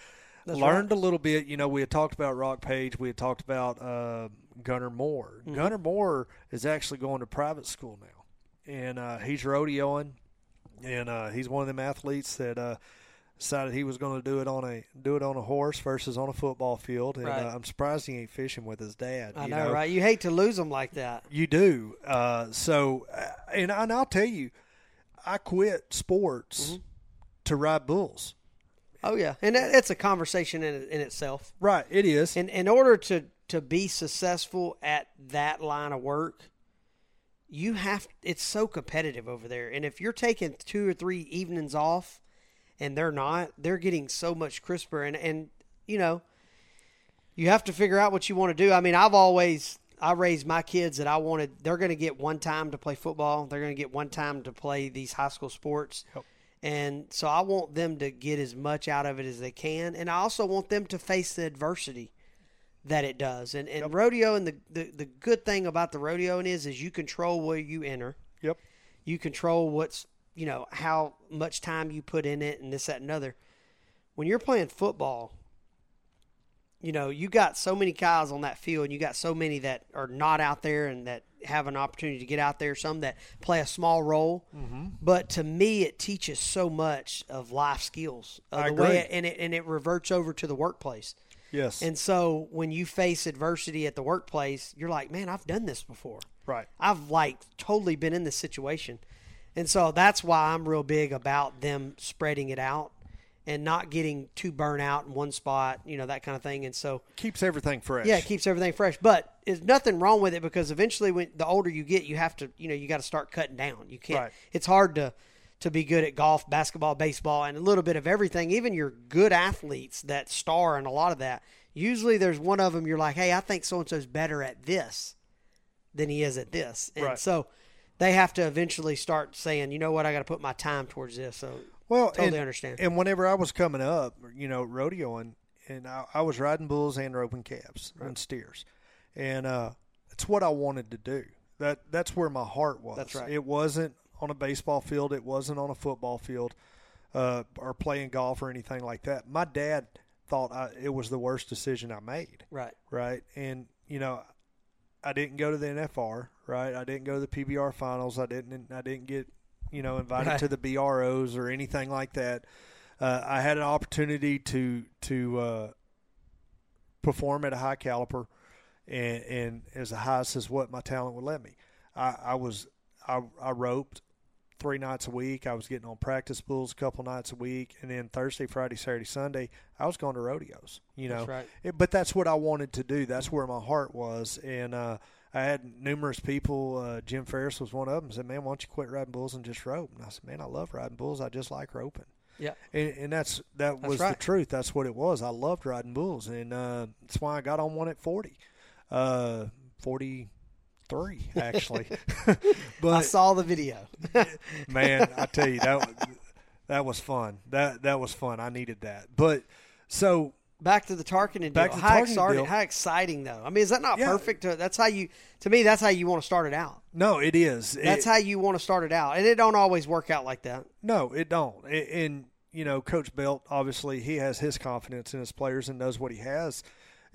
Speaker 2: That's
Speaker 1: learned a little bit. You know, we had talked about Rock Page. We had talked about uh, Gunnar Moore.
Speaker 2: Mm-hmm.
Speaker 1: Gunnar Moore is actually going to private school now, and uh, he's rodeoing, and uh, he's one of them athletes that uh, decided he was going to do it on a do it on a horse versus on a football field. And
Speaker 2: Right.
Speaker 1: uh, I'm surprised he ain't fishing with his dad.
Speaker 2: I
Speaker 1: you
Speaker 2: know, right? You hate to lose them like that.
Speaker 1: you do. Uh, so, uh, and, and I'll tell you, I quit sports
Speaker 2: Mm-hmm.
Speaker 1: to ride bulls.
Speaker 2: Oh yeah, and that, it's a conversation in, in itself.
Speaker 1: Right, it is.
Speaker 2: In in order to to be successful at that line of work, you have it's so competitive over there. And if you're taking two or three evenings off and they're not, they're getting so much crisper and and you know, you have to figure out what you want to do. I mean, I've always I raised my kids that I wanted they're going to get one time to play football, they're going to get one time to play these high school sports. And so I want them to get as much out of it as they can, and I also want them to face the adversity that it does. And and rodeo and the, the the good thing about the rodeo is is you control where you enter.
Speaker 1: Yep.
Speaker 2: You control what's you know how much time you put in it and this that and other. When you're playing football, you know you got so many guys on that field, and you got so many that are not out there and that have an opportunity to get out there. Some that play a small role,
Speaker 1: Mm-hmm.
Speaker 2: but to me, it teaches so much of life skills. Of
Speaker 1: I
Speaker 2: the
Speaker 1: agree.
Speaker 2: Way, and it and it reverts over to the workplace.
Speaker 1: Yes.
Speaker 2: And so when you face adversity at the workplace, you're like, man, I've done this before.
Speaker 1: right.
Speaker 2: I've like totally been in this situation. And so that's why I'm real big about them spreading it out and not getting too burnt out in one spot, you know, that kind of thing. And so,
Speaker 1: keeps everything fresh.
Speaker 2: yeah, it keeps everything fresh. But there's nothing wrong with it because eventually, when the older you get, you have to, you know, you got to start cutting down. You can't.
Speaker 1: Right.
Speaker 2: It's hard to to be good at golf, basketball, baseball, and a little bit of everything. Even your good athletes that star in a lot of that. Usually, there's one of them you're like, hey, I think so and so's better at this than he is at this, and
Speaker 1: Right.
Speaker 2: so they have to eventually start saying, you know what, I got to put my time towards this. So
Speaker 1: well,
Speaker 2: totally
Speaker 1: and,
Speaker 2: understand.
Speaker 1: And whenever I was coming up, you know, rodeoing, and I, I was riding bulls and roping calves and steers, and uh, that's what I wanted to do. That that's where my heart was.
Speaker 2: That's right.
Speaker 1: It wasn't on a baseball field. It wasn't on a football field, uh, or playing golf or anything like that. My dad thought I, it was the worst decision I made.
Speaker 2: right,
Speaker 1: right? And you know, I didn't go to the NFR, right? I didn't go to the PBR finals. I didn't. I didn't get you know invited
Speaker 2: Right.
Speaker 1: to the BROs or anything like that. Uh, I had an opportunity to to uh, perform at a high caliber, and and as high as what my talent would let me. I, I was I, I roped three nights a week. I was getting on practice pools a couple nights a week, and then Thursday, Friday, Saturday, Sunday, I was going to rodeos. You know,
Speaker 2: That's right.
Speaker 1: It- but that's what I wanted to do. That's where my heart was, and uh, I had numerous people. Uh, Jim Ferris was one of them. Said, "Man, why don't you quit riding bulls and just rope?" And I said, "Man, I love riding bulls. I just like roping."
Speaker 2: yeah,
Speaker 1: And, and that's that was
Speaker 2: right.
Speaker 1: the truth. That's what it was. I loved riding bulls, and uh, that's why I got on one at forty. Uh, forty three actually.
Speaker 2: I saw the video.
Speaker 1: man, I tell you that that was fun. That that was fun. I needed that. But so
Speaker 2: Back to the Tarkin deal.
Speaker 1: Back to the
Speaker 2: how,
Speaker 1: Tarkenton
Speaker 2: exciting,
Speaker 1: deal.
Speaker 2: how exciting, though. I mean, is that not
Speaker 1: Yeah.
Speaker 2: perfect? To, that's how you, to me, that's how you want to start it out.
Speaker 1: no, it is.
Speaker 2: That's
Speaker 1: It-
Speaker 2: how you want to start it out, and it don't always work out like that.
Speaker 1: No, it don't. A- And you know, Coach Belt obviously he has his confidence in his players and knows what he has.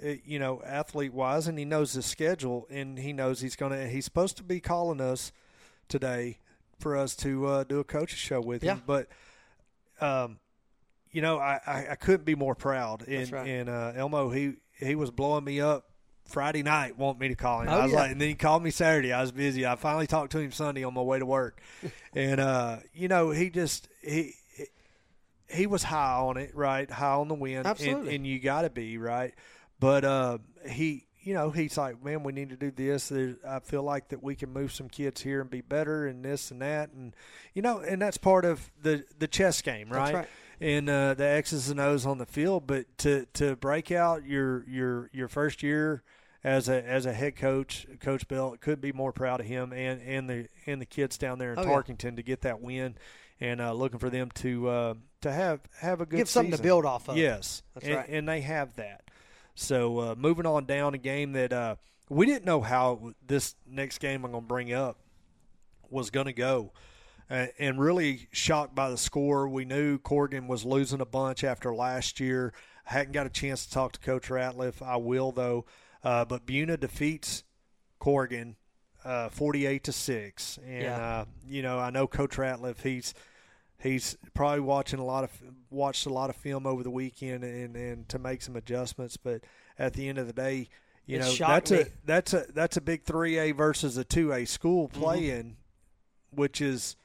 Speaker 1: uh, You know, athlete wise, and he knows his schedule, and he knows he's gonna. He's supposed to be calling us today for us to uh, do a coach's show with
Speaker 2: Yeah.
Speaker 1: him. But, um, you know, I, I, I couldn't be more proud. And,
Speaker 2: right.
Speaker 1: and uh, Elmo, he he was blowing me up Friday night, wanting me to call him.
Speaker 2: Oh,
Speaker 1: I was
Speaker 2: yeah.
Speaker 1: like, and then he called me Saturday. I was busy. I finally talked to him Sunday on my way to work, and uh, you know, he just he. He was high on it, right? High on the wind, and,
Speaker 2: Absolutely.
Speaker 1: and you got to be right. But uh, he, you know, he's like, man, we need to do this. There, I feel like that we can move some kids here and be better, and this and that, and you know, and that's part of the the chess game, right?
Speaker 2: right.
Speaker 1: uh,
Speaker 2: Oh, yeah.
Speaker 1: Tarkington to get that win, and uh, looking for them to uh, to have have a good
Speaker 2: Give something to
Speaker 1: season.
Speaker 2: build off of.
Speaker 1: Yes,
Speaker 2: That's
Speaker 1: and,
Speaker 2: right.
Speaker 1: and they have that. So uh, moving on down a game that uh, we didn't know how this next game I'm going to bring up was going to go, uh, and really shocked by the score. We knew Corgan was losing a bunch after last year. I hadn't got a chance to talk to Coach Ratliff. I will though. Uh, but Buna defeats Corgan uh, 48 to 6 and
Speaker 2: Yeah.
Speaker 1: uh, you know I know coach Ratliff he's he's probably watching a lot of watched a lot of film over the weekend and and to make some adjustments but at the end of the day you
Speaker 2: It
Speaker 1: know
Speaker 2: shocked
Speaker 1: that's a
Speaker 2: me.
Speaker 1: that's a that's a big 3A versus a 2A school
Speaker 2: Mm-hmm.
Speaker 1: playing which is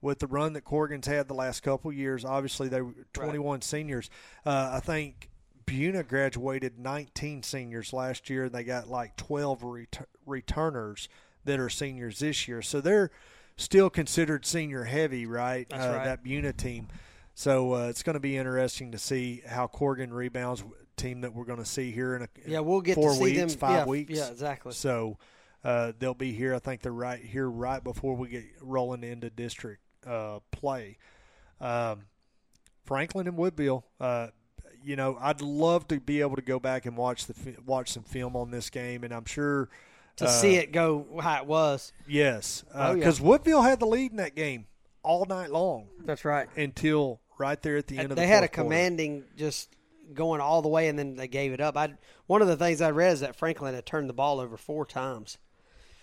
Speaker 1: with the run that Corgan's had the last couple years obviously they were 21 seniors uh, I think Buna graduated 19 seniors last year, and they got like 12 ret- returners that are seniors this year. So they're still considered senior heavy, right?
Speaker 2: That's
Speaker 1: uh,
Speaker 2: right.
Speaker 1: That Buna team. So uh, it's going to be interesting to see how Corgan rebounds team that we're going to see here in a
Speaker 2: Yeah, we'll get
Speaker 1: four
Speaker 2: to see
Speaker 1: weeks,
Speaker 2: them.
Speaker 1: five
Speaker 2: yeah,
Speaker 1: weeks.
Speaker 2: Yeah, exactly.
Speaker 1: So uh, they'll be here. I think they're right here right before we get rolling into district uh, play. Um, Franklin and Woodville. Uh, you know, I'd love to be able to go back and watch the fi- watch some film on this game, and I'm sure. uh,
Speaker 2: To see it go how it was.
Speaker 1: Yes,
Speaker 2: Oh, yeah.
Speaker 1: because Woodville had the lead in that game all night long
Speaker 2: That's right.
Speaker 1: until right there at the end of
Speaker 2: they
Speaker 1: the
Speaker 2: had a
Speaker 1: fourth quarter.
Speaker 2: commanding just going all the way and then they gave it up i one of the things i read is that franklin had turned the ball over four times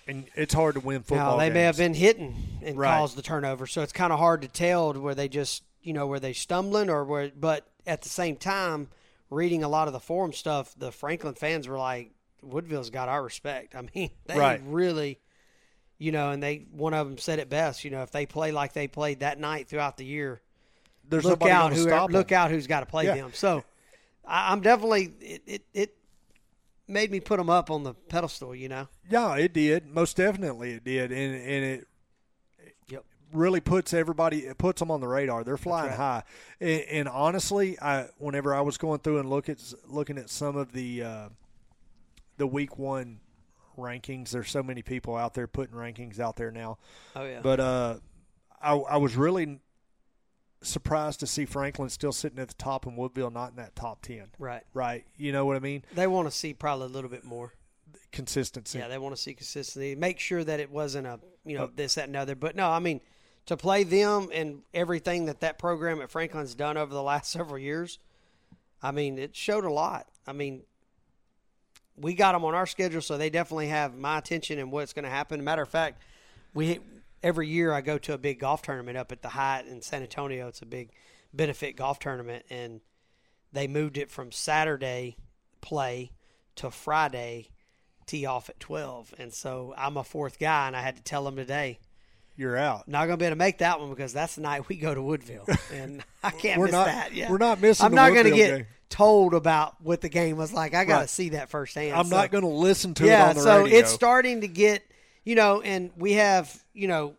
Speaker 1: and it's hard to win
Speaker 2: now
Speaker 1: football.
Speaker 2: they may
Speaker 1: games.
Speaker 2: have been hitting and
Speaker 1: Right.
Speaker 2: caused the turnover so it's kind of hard to tell to where they just you know where they stumbling or where but at the same time reading a lot of the forum stuff the franklin fans were like woodville's got our respect i mean they
Speaker 1: Right.
Speaker 2: really you know and they one of them said it best you know if they play like they played that night throughout the year
Speaker 1: There's
Speaker 2: look
Speaker 1: nobody
Speaker 2: out
Speaker 1: gonna
Speaker 2: who
Speaker 1: stop them.
Speaker 2: look out who's got to play
Speaker 1: Yeah.
Speaker 2: them. So I, I'm definitely it, it it made me put them up on the pedestal. You know.
Speaker 1: Yeah, it did. Most definitely, it did, and and it
Speaker 2: Yep.
Speaker 1: really puts everybody it puts them on the radar. They're flying high, and, and honestly, I whenever I was going through and look at looking at some of the uh, the week one rankings, there's so many people out there putting rankings out there now.
Speaker 2: Oh yeah.
Speaker 1: But uh, I, I was really surprised to see Franklin still sitting at the top and Woodville not in that top ten.
Speaker 2: right.
Speaker 1: Right, you know what I mean?
Speaker 2: They want to see probably a little bit more.
Speaker 1: Consistency.
Speaker 2: Yeah, they want to see consistency. Make sure that it wasn't a you know this that and other. But no, I mean to play them and everything that that program at Franklin's done over the last several years. I mean, it showed a lot. I mean, we got them on our schedule, so they definitely have my attention and what's going to happen. Matter of fact, we every year I go to a big golf tournament up at the Hyatt in San Antonio. It's a big benefit golf tournament, and they moved it from Saturday play to Friday tee off at twelve. And so I'm a fourth guy, and I had to tell them today.
Speaker 1: You're out.
Speaker 2: Not gonna be able to make that one because that's the night we go to Woodville, and I can't
Speaker 1: We're
Speaker 2: miss
Speaker 1: not-
Speaker 2: that. Yeah.
Speaker 1: we're not missing
Speaker 2: I'm
Speaker 1: the
Speaker 2: not gonna
Speaker 1: Woodville
Speaker 2: get
Speaker 1: game.
Speaker 2: told about what the game was like. I gotta
Speaker 1: Right.
Speaker 2: see that firsthand.
Speaker 1: I'm
Speaker 2: So-
Speaker 1: not going to listen to
Speaker 2: yeah,
Speaker 1: it on the
Speaker 2: so
Speaker 1: radio.
Speaker 2: it's starting to get you know, and we have you know,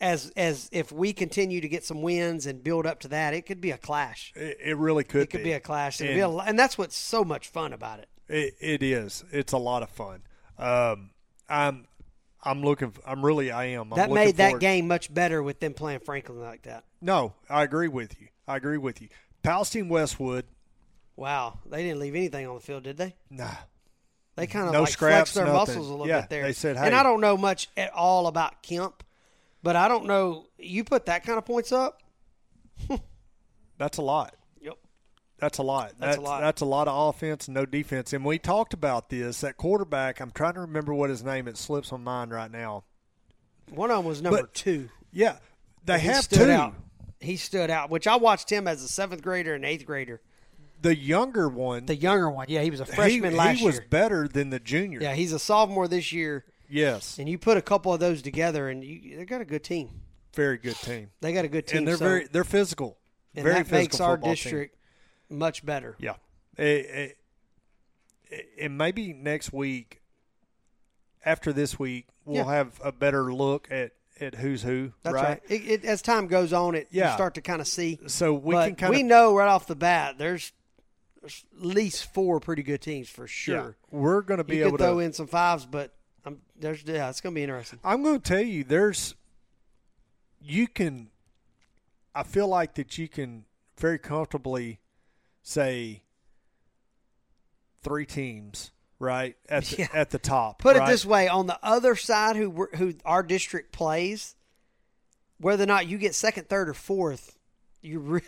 Speaker 2: as as if we continue to get some wins and build up to that, it could be a clash.
Speaker 1: it, it really could,
Speaker 2: It could be a clash, and,
Speaker 1: And-
Speaker 2: be a, lo- and that's what's so much fun about it.
Speaker 1: It, it is. It's a lot of fun. Um, I'm I'm looking. I'm really. I am. I'm
Speaker 2: That
Speaker 1: looking
Speaker 2: made that
Speaker 1: forward-
Speaker 2: game much better with them playing Franklin like that.
Speaker 1: No, I agree with you. I agree with you. Palestine Westwood.
Speaker 2: Wow, they didn't leave anything on the field, did they?
Speaker 1: Nah,
Speaker 2: They kind of
Speaker 1: No
Speaker 2: like
Speaker 1: scraps,
Speaker 2: flexed their
Speaker 1: nothing.
Speaker 2: muscles a little
Speaker 1: Yeah,
Speaker 2: bit there.
Speaker 1: they said,
Speaker 2: and
Speaker 1: "Hey."
Speaker 2: I don't know much at all about Kemp, but I don't know. You put that kind of points up.
Speaker 1: that's a lot.
Speaker 2: Yep.
Speaker 1: That's a lot. That's,
Speaker 2: That's a lot.
Speaker 1: That's a lot of offense, no defense. And we talked about this. That quarterback. I'm trying to remember what his name. It slips my mind right now.
Speaker 2: One of them was number
Speaker 1: But
Speaker 2: two.
Speaker 1: Yeah, they
Speaker 2: He
Speaker 1: have
Speaker 2: stood
Speaker 1: two.
Speaker 2: out. He stood out, which I watched him as a seventh grader and eighth grader.
Speaker 1: The younger one.
Speaker 2: The younger one, yeah, he was a
Speaker 1: he-
Speaker 2: freshman
Speaker 1: he,
Speaker 2: last
Speaker 1: was
Speaker 2: year.
Speaker 1: better than the junior.
Speaker 2: Yeah, he's a sophomore this year,
Speaker 1: Yes,
Speaker 2: and you put a couple of those together, and you, they got a good team.
Speaker 1: very good team.
Speaker 2: They got a good team,
Speaker 1: and they're
Speaker 2: so-
Speaker 1: very they're physical.
Speaker 2: and
Speaker 1: very
Speaker 2: that
Speaker 1: physical
Speaker 2: makes our
Speaker 1: football team.
Speaker 2: district much better.
Speaker 1: Yeah. Eh, eh, eh, and maybe next week, after this week, we'll
Speaker 2: Yeah.
Speaker 1: have a better look at, at who's who,
Speaker 2: That's
Speaker 1: right?
Speaker 2: right. It, it, as time goes on, it
Speaker 1: Yeah.
Speaker 2: you start to kind of see.
Speaker 1: So we
Speaker 2: but
Speaker 1: can kind
Speaker 2: we
Speaker 1: of.
Speaker 2: know right off the bat there's, there's at least four pretty good teams for sure.
Speaker 1: we're going to be
Speaker 2: you
Speaker 1: able
Speaker 2: could throw
Speaker 1: to.
Speaker 2: in some fives, but i there's yeah, it's gonna be interesting.
Speaker 1: I'm going to tell you, there's. You can. I feel like that you can very comfortably say three teams, right? At the,
Speaker 2: Yeah.
Speaker 1: at the top.
Speaker 2: Put
Speaker 1: right?
Speaker 2: it this way: on the other side, who we're- who our district plays, whether or not you get second, third, or fourth, you really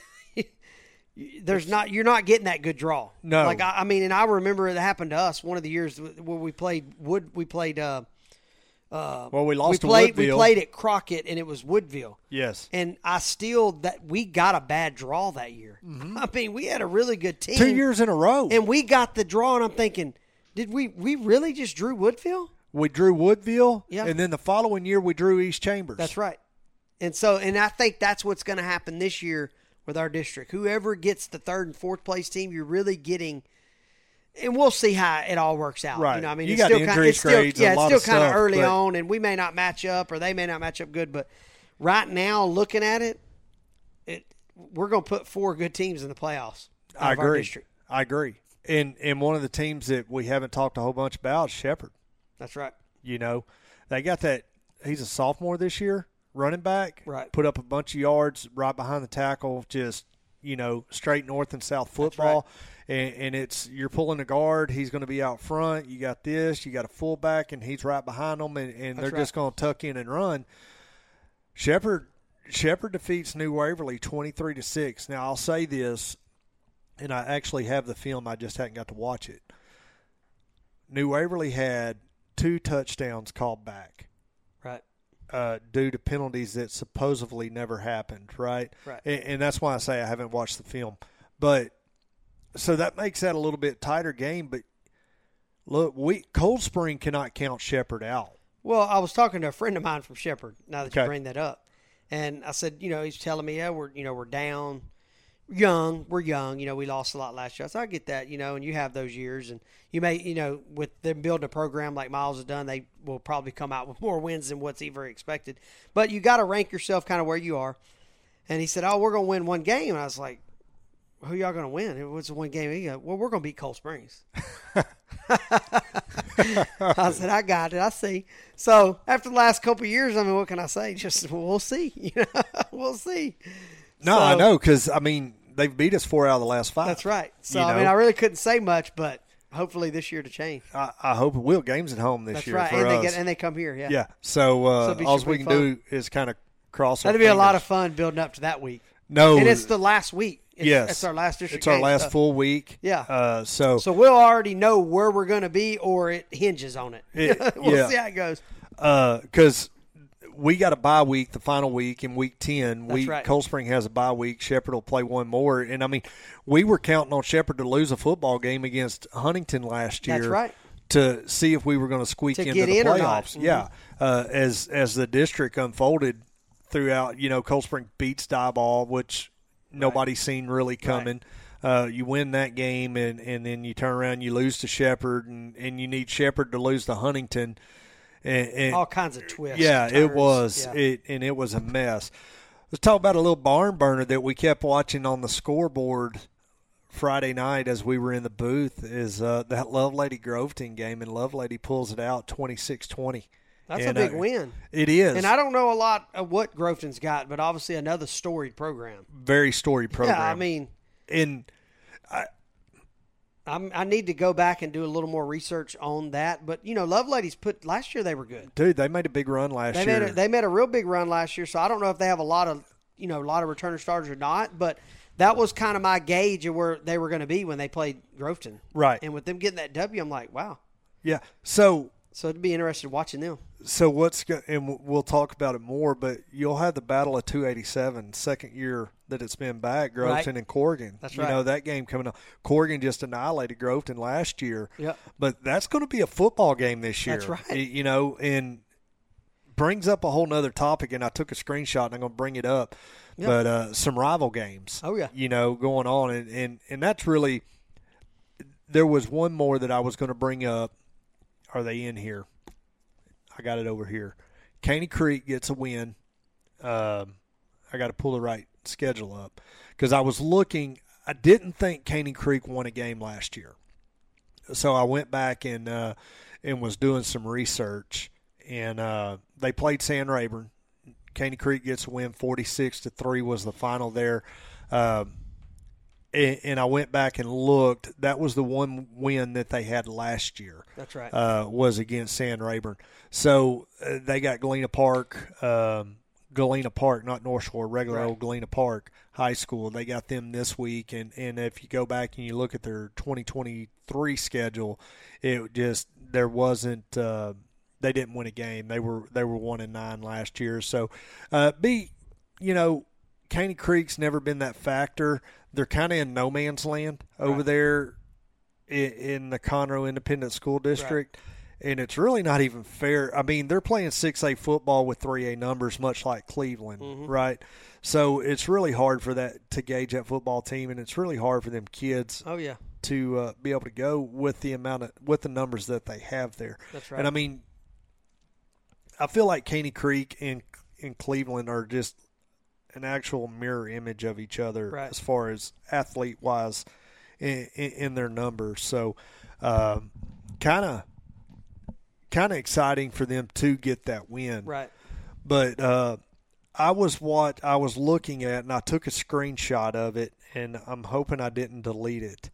Speaker 2: there's not you're not getting that good draw.
Speaker 1: No.
Speaker 2: like I, I mean, and I remember it happened to us one of the years where we played Wood. We played. Uh,
Speaker 1: Well, we lost
Speaker 2: we
Speaker 1: to
Speaker 2: played.
Speaker 1: Woodville.
Speaker 2: We played at Crockett, and it was Woodville.
Speaker 1: Yes.
Speaker 2: And I still that we got a bad draw that year. I mean, we had a really good team
Speaker 1: Mm-hmm. Two years in a row.
Speaker 2: and we got the draw. And I'm thinking, did we we really just drew Woodville?
Speaker 1: We drew Woodville,
Speaker 2: Yeah.
Speaker 1: and then the following year we drew East Chambers.
Speaker 2: That's right. And so, and I think that's what's going to happen this year with our district. Whoever gets the third and fourth place team, you're really getting, and we'll see how it all works out.
Speaker 1: Right.
Speaker 2: You know, I mean,
Speaker 1: You
Speaker 2: it's
Speaker 1: got
Speaker 2: still
Speaker 1: the
Speaker 2: kind,
Speaker 1: injury
Speaker 2: it's still,
Speaker 1: grades and
Speaker 2: yeah,
Speaker 1: a
Speaker 2: it's
Speaker 1: lot
Speaker 2: still
Speaker 1: of
Speaker 2: kind of
Speaker 1: stuff,
Speaker 2: early
Speaker 1: but-
Speaker 2: on, and we may not match up, or they may not match up good. But right now, looking at it, it we're going to put four good teams in the playoffs. out
Speaker 1: I
Speaker 2: of our
Speaker 1: agree.
Speaker 2: district.
Speaker 1: I agree. And and one of the teams that we haven't talked a whole bunch about, is Shepherd.
Speaker 2: That's right.
Speaker 1: You know, they got that. He's a sophomore this year, running back.
Speaker 2: Right.
Speaker 1: Put up a bunch of yards right behind the tackle. Just you know, straight north and south football. And, and it's you're pulling a guard. He's going to be out front. You got this. You got a fullback, and he's right behind them. And, and they're
Speaker 2: right.
Speaker 1: just going to tuck in and run. Shepherd Shepherd defeats New Waverly twenty three to six. Now I'll say this, and I actually have the film. I just hadn't got to watch it. New Waverly had two touchdowns called back
Speaker 2: Right.
Speaker 1: uh, due to penalties that supposedly never happened, right?
Speaker 2: Right.
Speaker 1: And, and that's why I say I haven't watched the film. But so that makes that a little bit tighter game. But look, we Cold Spring cannot count Shepherd out.
Speaker 2: Well, I was talking to a friend of mine from Shepherd. Now that
Speaker 1: Okay.
Speaker 2: you bring that up, and I said, you know, he's telling me, yeah, we're you know we're down, young, we're young. You know, we lost a lot last year. I said, I get that, you know, and you have those years, and you may, you know, with them building a program like Miles has done, they will probably come out with more wins than what's ever expected. But you got to rank yourself kind of where you are. And he said, oh, we're gonna win one game, and I was like. Who y'all gonna win? What's the one game? He goes, well, we're gonna beat Cold Springs. I said, I got it. I see. So after the last couple of years, I mean, what can I say? Just well, we'll see. You know, we'll see.
Speaker 1: No, I
Speaker 2: So-
Speaker 1: know because I mean they've beat us four out of the last five.
Speaker 2: That's right. So
Speaker 1: You
Speaker 2: I mean,
Speaker 1: know.
Speaker 2: I really couldn't say much, but hopefully this year to change.
Speaker 1: I, I hope it will. Games at home this
Speaker 2: That's
Speaker 1: year
Speaker 2: right.
Speaker 1: for
Speaker 2: And
Speaker 1: us.
Speaker 2: they get and they come here. Yeah.
Speaker 1: yeah. So, uh,
Speaker 2: So it
Speaker 1: all
Speaker 2: should
Speaker 1: we
Speaker 2: be
Speaker 1: can do is kind of cross.
Speaker 2: That'd be a lot of fun building up to that week.
Speaker 1: no.
Speaker 2: And it's the last week. It's,
Speaker 1: Oh, yes.
Speaker 2: It's our last district.
Speaker 1: It's our
Speaker 2: game,
Speaker 1: last
Speaker 2: so-
Speaker 1: full week.
Speaker 2: Yeah.
Speaker 1: Uh, so,
Speaker 2: So we'll already know where we're going to be, or it hinges on it.
Speaker 1: It-
Speaker 2: we'll
Speaker 1: yeah.
Speaker 2: see how it goes.
Speaker 1: because Uh, we got a bye week, the final week in week ten. we
Speaker 2: right.
Speaker 1: Cold Spring has a bye week. Shepherd will play one more, and I mean, we were counting on Shepherd to lose a football game against Huntington last year.
Speaker 2: That's right.
Speaker 1: To see if we were going to squeak
Speaker 2: To
Speaker 1: into
Speaker 2: get
Speaker 1: the
Speaker 2: in or not. Mm-hmm.
Speaker 1: playoffs. Yeah. Uh, as as the district unfolded throughout, you know, Cold Spring beats Die Ball, which nobody's seen really coming. Uh, you win that game, and, and then you turn around, you lose to Shepherd, and, and you need Shepherd to lose to Huntington. And, and,
Speaker 2: All kinds of twists.
Speaker 1: yeah,
Speaker 2: and
Speaker 1: it
Speaker 2: turns.
Speaker 1: was.
Speaker 2: Yeah.
Speaker 1: It and it was a mess. Let's talk about a little barn burner that we kept watching on the scoreboard Friday night as we were in the booth is uh, that Love Lady Groveton game and Love Lady pulls it out 26-20
Speaker 2: That's
Speaker 1: And,
Speaker 2: a big
Speaker 1: uh,
Speaker 2: win.
Speaker 1: It is.
Speaker 2: And I don't know a lot of what Groveton's got, but obviously another storied program.
Speaker 1: very story program.
Speaker 2: Yeah, I mean,
Speaker 1: and
Speaker 2: I'm, I need to go back and do a little more research on that. But you know, Love Ladies put last year they were good.
Speaker 1: dude, they made a big run last
Speaker 2: They
Speaker 1: year.
Speaker 2: made a, they made a real big run last year, so I don't know if they have a lot of you know a lot of returner starters or not. But that was kind of my gauge of where they were going to be when they played Groveton.
Speaker 1: Right.
Speaker 2: And with them getting that W, I'm like, wow.
Speaker 1: yeah. So
Speaker 2: So it'd be interested watching them.
Speaker 1: so what's go- and w- we'll talk about it more, but you'll have the Battle of 287, second year that it's been back, Groveton and Corgan.
Speaker 2: That's
Speaker 1: you
Speaker 2: right.
Speaker 1: know that game coming up. Corgan just annihilated Groveton last year.
Speaker 2: Yep.
Speaker 1: But that's going to be a football game this year.
Speaker 2: That's right.
Speaker 1: Y- You know, and brings up a whole nother topic, and I took a screenshot and I'm going to bring it up. But uh, some rival games.
Speaker 2: Oh, yeah.
Speaker 1: You know, going on, and and and that's really. There was one more that I was going to bring up. Are they in here? I got it over here. Caney Creek gets a win. Um, I got to pull the right schedule up because I was looking. I didn't think Caney Creek won a game last year, so I went back and uh, and was doing some research. And uh, they played San Rayburn. Caney Creek gets a win, forty six to three was the final there. Um, and, and I went back and looked. That was the one win that they had last year
Speaker 2: That's right.
Speaker 1: uh, was against San Rayburn. So uh, they got Galena Park, um, Galena Park, not North Shore, regular
Speaker 2: Right.
Speaker 1: old Galena Park High School. They got them this week, and and if you go back and you look at their 2023 schedule, it just there wasn't. Uh, they didn't win a game. They were they were one and nine last year. So, uh, be you know, Caney Creek's never been that factor. They're kind of in no man's land over there i- in the Conroe Independent School District, and it's really not even fair. I mean, they're playing six A football with three A numbers, much like Cleveland, right? So it's really hard for that to gauge that football team, and it's really hard for them kids
Speaker 2: oh yeah.
Speaker 1: to uh, be able to go with the amount of with the numbers that they have there.
Speaker 2: That's right.
Speaker 1: And I mean, I feel like Caney Creek and and Cleveland are just an actual mirror image of each other
Speaker 2: Right.
Speaker 1: as far as athlete wise in, in, in their numbers. So, um, kind of kind of exciting for them to get that win
Speaker 2: Right.
Speaker 1: but uh, I was what I was looking at, and I took a screenshot of it, and I'm hoping I didn't delete it.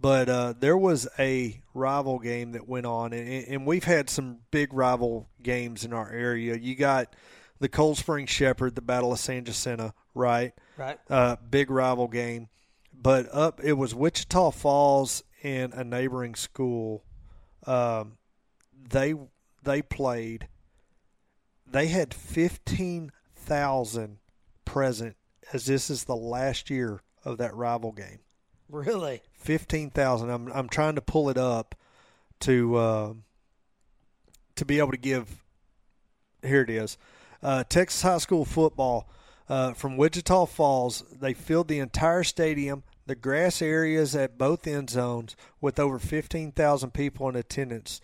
Speaker 1: But uh, there was a rival game that went on, and, and we've had some big rival games in our area. You got the Cold Spring Shepherd, the Battle of San Jacinto, right?
Speaker 2: Right.
Speaker 1: uh, big rival game. But up it was Wichita Falls and a neighboring school. Um, they they played. They had fifteen thousand present, as this is the last year of that rival game.
Speaker 2: Really.
Speaker 1: Fifteen thousand. I'm I'm trying to pull it up to uh, to be able to give. Here it is. Uh, Texas high school football uh, from Wichita Falls. They filled the entire stadium, the grass areas at both end zones, with over fifteen thousand people in attendance.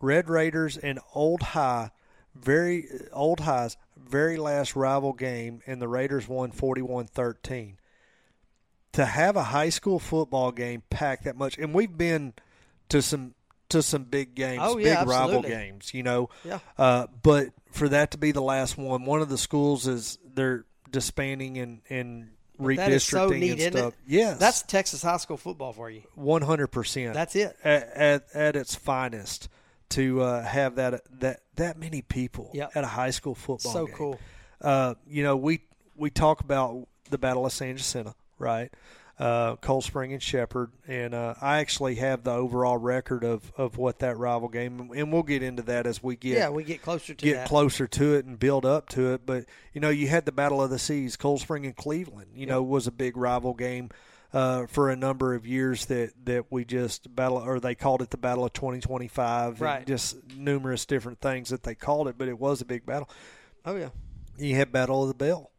Speaker 1: Red Raiders and Old High, very Old High's very last rival game, and the Raiders won 41-13 to have a high school football game packed that much and we've been to some to some big games
Speaker 2: Oh,
Speaker 1: big
Speaker 2: yeah,
Speaker 1: rival
Speaker 2: absolutely.
Speaker 1: games you know
Speaker 2: Yeah.
Speaker 1: uh, but for that to be the last one one of the schools is they're disbanding and and
Speaker 2: That is so
Speaker 1: redistricting
Speaker 2: neat,
Speaker 1: and
Speaker 2: isn't
Speaker 1: stuff
Speaker 2: it?
Speaker 1: yes
Speaker 2: That's Texas high school football for you.
Speaker 1: 100%
Speaker 2: That's it.
Speaker 1: at, at, at its finest to uh, have that that that many people
Speaker 2: Yep.
Speaker 1: at a high school football
Speaker 2: So
Speaker 1: game.
Speaker 2: cool.
Speaker 1: Uh, you know, we we talk about the Battle of San Jacinto, right? Uh, Cold Spring and Shepherd, and uh, I actually have the overall record of, of what that rival game, and we'll get into that as we get
Speaker 2: Yeah, we get closer to
Speaker 1: get
Speaker 2: that.
Speaker 1: closer to it and build up to it. But you know, you had the Battle of the Seas, Cold Spring and Cleveland. You know, was a big rival game uh, for a number of years that that we just battle, or they called it the Battle of 2025. and
Speaker 2: Right.
Speaker 1: Just numerous different things that they called it, but it was a big battle.
Speaker 2: oh yeah.
Speaker 1: You had Battle of the Bell,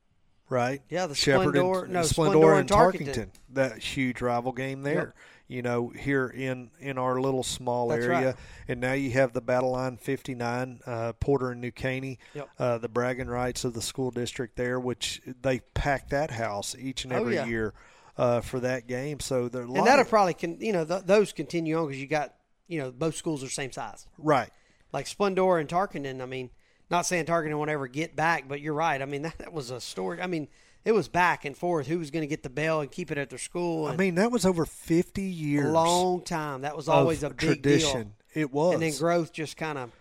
Speaker 1: right?
Speaker 2: Yeah, the
Speaker 1: Shepherd
Speaker 2: Splendor-
Speaker 1: and,
Speaker 2: no,
Speaker 1: Splendor,
Speaker 2: Splendor
Speaker 1: and
Speaker 2: and
Speaker 1: Tarkington.
Speaker 2: Tarkington.
Speaker 1: That huge rival game there. You know, here in in our little small
Speaker 2: That's
Speaker 1: area,
Speaker 2: right.
Speaker 1: and now you have the Battle Line 59, uh, Porter and New Caney,
Speaker 2: Yep.
Speaker 1: uh, the bragging rights of the school district there, which they pack that house each and
Speaker 2: Oh,
Speaker 1: every
Speaker 2: yeah.
Speaker 1: year uh, for that game. So they're
Speaker 2: And that'll probably can you know th- those continue on because you got you know both schools are same size
Speaker 1: right.
Speaker 2: like Splendor and Tarkenton. I mean, not saying Targeting won't ever get back, but you're right. I mean, that, that was a story. I mean, it was back and forth. Who was going to get the bell and keep it at their school?
Speaker 1: I
Speaker 2: And
Speaker 1: mean, that was over 50 years.
Speaker 2: a long time. That was always a
Speaker 1: of
Speaker 2: big
Speaker 1: tradition. It was.
Speaker 2: deal. And then growth just kind of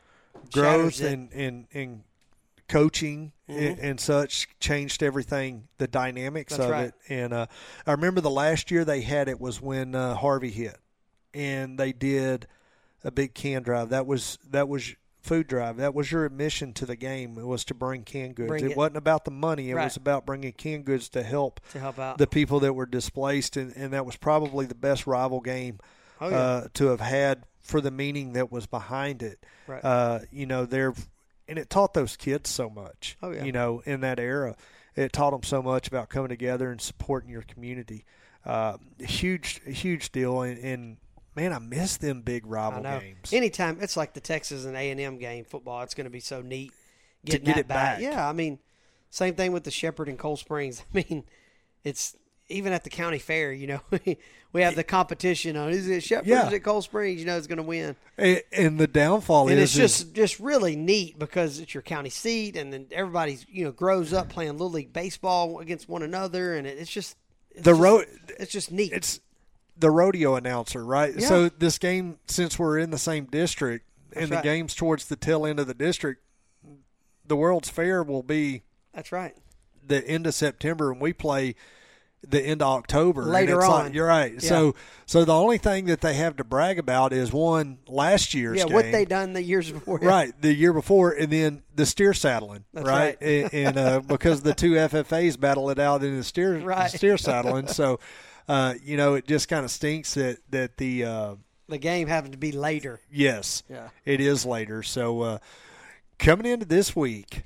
Speaker 1: growth
Speaker 2: shatters it.
Speaker 1: and,
Speaker 2: Mm-hmm.
Speaker 1: and, and coaching a- and, such changed everything, the dynamics
Speaker 2: That's
Speaker 1: of
Speaker 2: right.
Speaker 1: it. And uh, I remember the last year they had it was when uh, Harvey hit, and they did a big can drive. That was that was food drive. That was your admission to the game. It was to bring canned goods.
Speaker 2: Bring
Speaker 1: it,
Speaker 2: it.
Speaker 1: wasn't about the money. It
Speaker 2: Right.
Speaker 1: was about bringing canned goods to help
Speaker 2: to help out.
Speaker 1: the people that were displaced, and, and that was probably the best rival game
Speaker 2: Oh, yeah.
Speaker 1: uh, to have had for the meaning that was behind it.
Speaker 2: Right.
Speaker 1: Uh, you know, they're and it taught those kids so much.
Speaker 2: Oh, yeah.
Speaker 1: You know, in that era, it taught them so much about coming together and supporting your community. Uh, huge, huge deal, and, and man, I miss them big rival
Speaker 2: I know.
Speaker 1: games.
Speaker 2: Anytime it's like the Texas and A and M game football, it's going to be so neat getting
Speaker 1: get
Speaker 2: that
Speaker 1: it back.
Speaker 2: Yeah, I mean, same thing with the Shepherd and Cold Springs. I mean, it's even at the county fair. You know, we have the competition on is it Shepherd
Speaker 1: Yeah.
Speaker 2: or is it Cold Springs? You know, it's going to win,
Speaker 1: and, and the downfall
Speaker 2: and
Speaker 1: is
Speaker 2: it's
Speaker 1: is-
Speaker 2: just just really neat because it's your county seat, and then everybody's you know grows up playing little league baseball against one another, and it, it's just it's
Speaker 1: The
Speaker 2: just-
Speaker 1: road-
Speaker 2: It's just neat.
Speaker 1: it's the rodeo announcer, right?
Speaker 2: Yeah.
Speaker 1: So this game, since we're in the same district and the
Speaker 2: right.
Speaker 1: game's towards the tail end of the district, the World's Fair will be
Speaker 2: That's right.
Speaker 1: the end of September and we play the end of October. and
Speaker 2: Later
Speaker 1: it's like-
Speaker 2: on.
Speaker 1: you're right. So so the only thing that they have to brag about is one last year's
Speaker 2: Yeah,
Speaker 1: game.
Speaker 2: what they done the years before.
Speaker 1: Right, the year before, and then the steer saddling,
Speaker 2: That's
Speaker 1: right?
Speaker 2: right.
Speaker 1: and and, uh, because the two FFAs battle it out in the steer
Speaker 2: Right.
Speaker 1: steer saddling, so uh, you know it just kind of stinks that that the uh,
Speaker 2: The game happened to be later.
Speaker 1: yes,
Speaker 2: Yeah.
Speaker 1: it is later. So uh, coming into this week,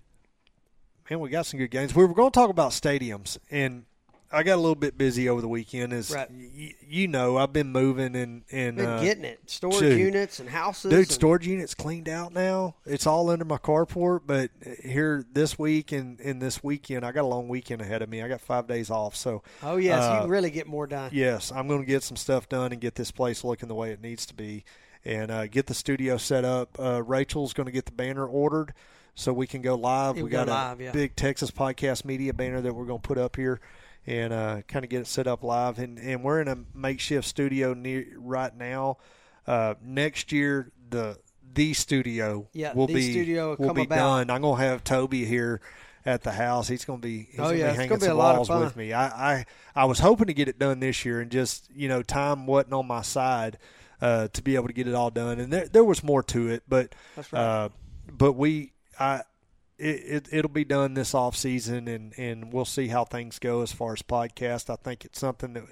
Speaker 1: man, we got some good games. We were going to talk about stadiums, and I got a little bit busy over the weekend. As
Speaker 2: Right.
Speaker 1: y- you know, I've been moving and and
Speaker 2: Been
Speaker 1: uh,
Speaker 2: getting it. Storage
Speaker 1: dude.
Speaker 2: units and houses.
Speaker 1: Dude,
Speaker 2: and-
Speaker 1: storage unit's cleaned out now. It's all under my carport. But here this week and, and this weekend, I got a long weekend ahead of me. I got five days off. So,
Speaker 2: Oh yes,
Speaker 1: uh,
Speaker 2: you can really get more done.
Speaker 1: yes, I'm going to get some stuff done and get this place looking the way it needs to be and uh, get the studio set up. Uh, Rachel's going to get the banner ordered so we can go live.
Speaker 2: Yeah,
Speaker 1: we
Speaker 2: we go
Speaker 1: got a
Speaker 2: live, yeah.
Speaker 1: big Texas podcast media banner that we're going to put up here. And uh, kind of get it set up live, and, and we're in a makeshift studio near right now. Uh, next year, the the studio
Speaker 2: Yeah,
Speaker 1: will
Speaker 2: the
Speaker 1: be
Speaker 2: studio will
Speaker 1: will
Speaker 2: come
Speaker 1: be
Speaker 2: about.
Speaker 1: done. I'm gonna have Toby here at the house. He's gonna be he's
Speaker 2: Oh,
Speaker 1: gonna
Speaker 2: yeah,
Speaker 1: be
Speaker 2: it's
Speaker 1: hanging
Speaker 2: gonna be
Speaker 1: some
Speaker 2: a lot of
Speaker 1: walls
Speaker 2: fun.
Speaker 1: with me. I, I I was hoping to get it done this year, and just you know time wasn't on my side uh, to be able to get it all done. And there there was more to it, but
Speaker 2: That's right.
Speaker 1: uh, but we I. It, it, it'll be done this off season, and, and we'll see how things go as far as podcast. I think it's something that